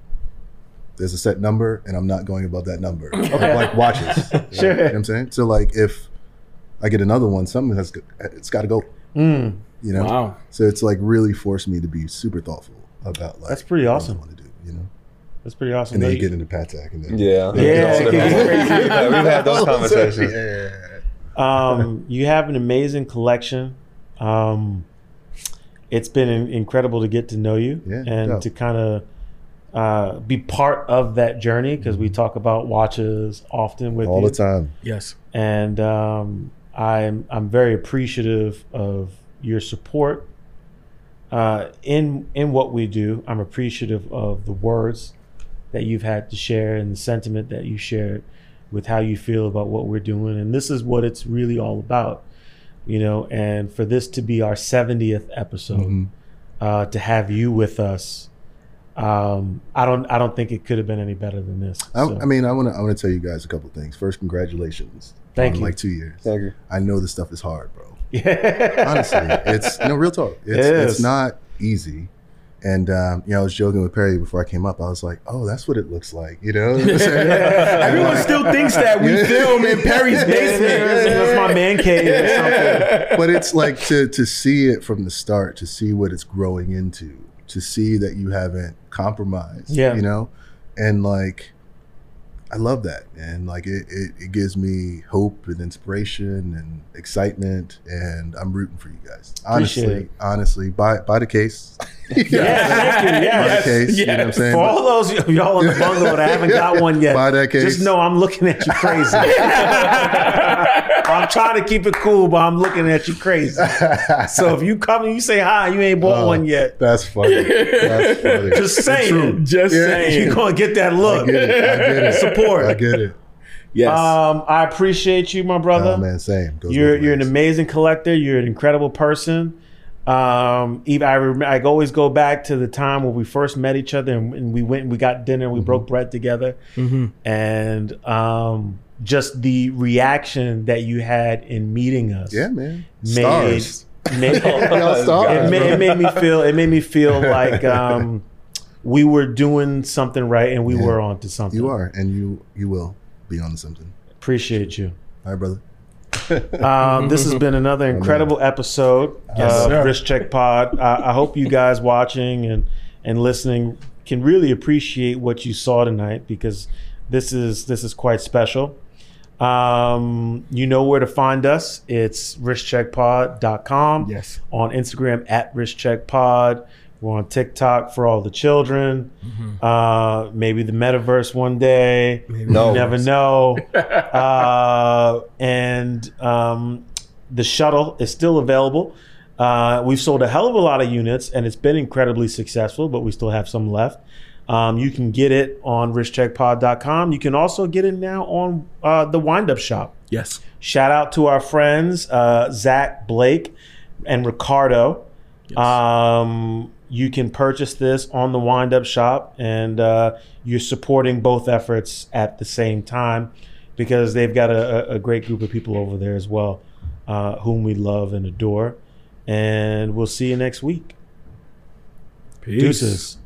Speaker 2: there's a set number, and I'm not going above that number. Like, like watches, Like,
Speaker 1: Sure.
Speaker 2: you know what I'm saying so. Like if I get another one, something has g- it's got to go.
Speaker 1: Mm.
Speaker 2: You know,
Speaker 3: Wow.
Speaker 2: so it's like really forced me to be super thoughtful about like
Speaker 1: That's pretty
Speaker 2: what I
Speaker 1: awesome.
Speaker 2: want to do, you know,
Speaker 1: that's pretty awesome.
Speaker 2: and then
Speaker 1: No,
Speaker 2: you
Speaker 1: you-
Speaker 2: get into Patek, and then
Speaker 4: Yeah.
Speaker 1: Yeah,
Speaker 4: We've
Speaker 1: it gets crazy.
Speaker 4: had those
Speaker 2: Yeah,
Speaker 4: conversations.
Speaker 2: yeah, yeah.
Speaker 1: um, you have an amazing collection. Um, it's been in- incredible to get to know you
Speaker 2: Yeah, no
Speaker 1: and
Speaker 2: doubt.
Speaker 1: to kind of uh, be part of that journey because we talk about watches often with
Speaker 2: Mm-hmm. all
Speaker 1: you.
Speaker 2: the time.
Speaker 3: Yes.
Speaker 1: and um, I'm I'm very appreciative of your support uh, in in what we do. I'm appreciative of the words that you've had to share and the sentiment that you shared with how you feel about what we're doing, and this is what it's really all about, you know. And for this to be our 70th episode, uh, to have you with us. Um, I don't. I don't think it could have been any better than this.
Speaker 2: I,
Speaker 1: So,
Speaker 2: I mean, I want to I want to tell you guys a couple things. First, congratulations.
Speaker 1: Thank
Speaker 2: on,
Speaker 1: you.
Speaker 2: Like two years.
Speaker 4: Thank you.
Speaker 2: I know this stuff is hard, bro.
Speaker 1: yeah.
Speaker 2: Honestly, it's no real talk. It's,
Speaker 1: It is.
Speaker 2: it's not easy. And um, you know, I was joking with Perry before I came up. I was like, "Oh, that's what it looks like," you know.
Speaker 3: Everyone still thinks that we
Speaker 2: Yeah.
Speaker 3: film in Perry's
Speaker 1: Yeah, yeah,
Speaker 3: basement.
Speaker 1: yeah, yeah. That's my man cave or something.
Speaker 2: but it's like to to see it from the start, to see what it's growing into, to see that you haven't compromised.
Speaker 1: Yeah.
Speaker 2: You know? And like I love that. And like it, it, it gives me hope and inspiration and excitement and I'm rooting for you guys.
Speaker 1: Appreciate
Speaker 2: Honestly,
Speaker 1: it.
Speaker 2: honestly, buy buy the case.
Speaker 1: Yeah, thank you.
Speaker 2: Buy the
Speaker 1: Yes.
Speaker 2: case. You know what I'm saying?
Speaker 1: For all those y- y'all on the bungalow that haven't got one yet,
Speaker 2: Buy that case.
Speaker 1: just know I'm looking at you crazy. I'm trying to keep it cool, but I'm looking at you crazy. So if you come and you say hi, you ain't bought
Speaker 2: Oh,
Speaker 1: one yet.
Speaker 2: That's funny. That's funny.
Speaker 1: Just saying,
Speaker 3: Just
Speaker 2: Yeah.
Speaker 3: saying.
Speaker 1: you're gonna get that
Speaker 2: I
Speaker 1: look.
Speaker 2: get it. I get it.
Speaker 1: Support.
Speaker 2: I get it.
Speaker 3: Yes.
Speaker 1: Um, I appreciate you, my brother.
Speaker 2: Oh man, same. Goes
Speaker 1: You're
Speaker 2: both
Speaker 1: you're an
Speaker 2: ways.
Speaker 1: amazing collector. You're an incredible person. Um, even I rem- I always go back to the time when we first met each other and, and we went and we got dinner. and We broke bread together,
Speaker 3: Mm-hmm.
Speaker 1: and um, just the reaction that you had in meeting us.
Speaker 2: Yeah, man.
Speaker 1: made-
Speaker 2: Stars.
Speaker 1: made-
Speaker 2: Uh, Y'all stars,
Speaker 1: it,
Speaker 2: bro.
Speaker 1: made, it made me feel it made me feel like um, we were doing something right and we
Speaker 2: Yeah.
Speaker 1: were onto something.
Speaker 2: You are, and you you will be on to something.
Speaker 1: appreciate you.
Speaker 2: All right, brother.
Speaker 3: Mm-hmm.
Speaker 1: Um, this has been another incredible episode of
Speaker 3: sir.
Speaker 1: Wrist Check Pod. I, I hope you guys watching and and listening can really appreciate what you saw tonight because this is this is quite special. Um, you know where to find us. It's wristcheckpod.com.
Speaker 3: Yes.
Speaker 1: On Instagram at wristcheckpod. We're on TikTok for all the children. Uh, maybe the metaverse one day.
Speaker 4: No.
Speaker 1: You never know. uh, and um, the shuttle is still available. Uh, we've sold a hell of a lot of units, and it's been incredibly successful, but we still have some left. Um, you can get it on richcheckpod.com. You can also get it now on uh, the Wind Up Shop.
Speaker 3: yes.
Speaker 1: Shout out to our friends uh, Zach Blake and Ricardo. Um, you can purchase this on the Wind Up Shop, and uh, you're supporting both efforts at the same time because they've got a, a- a great group of people over there as well, uh, whom we love and adore. And we'll see you next week.
Speaker 3: Peace.
Speaker 1: Deuces.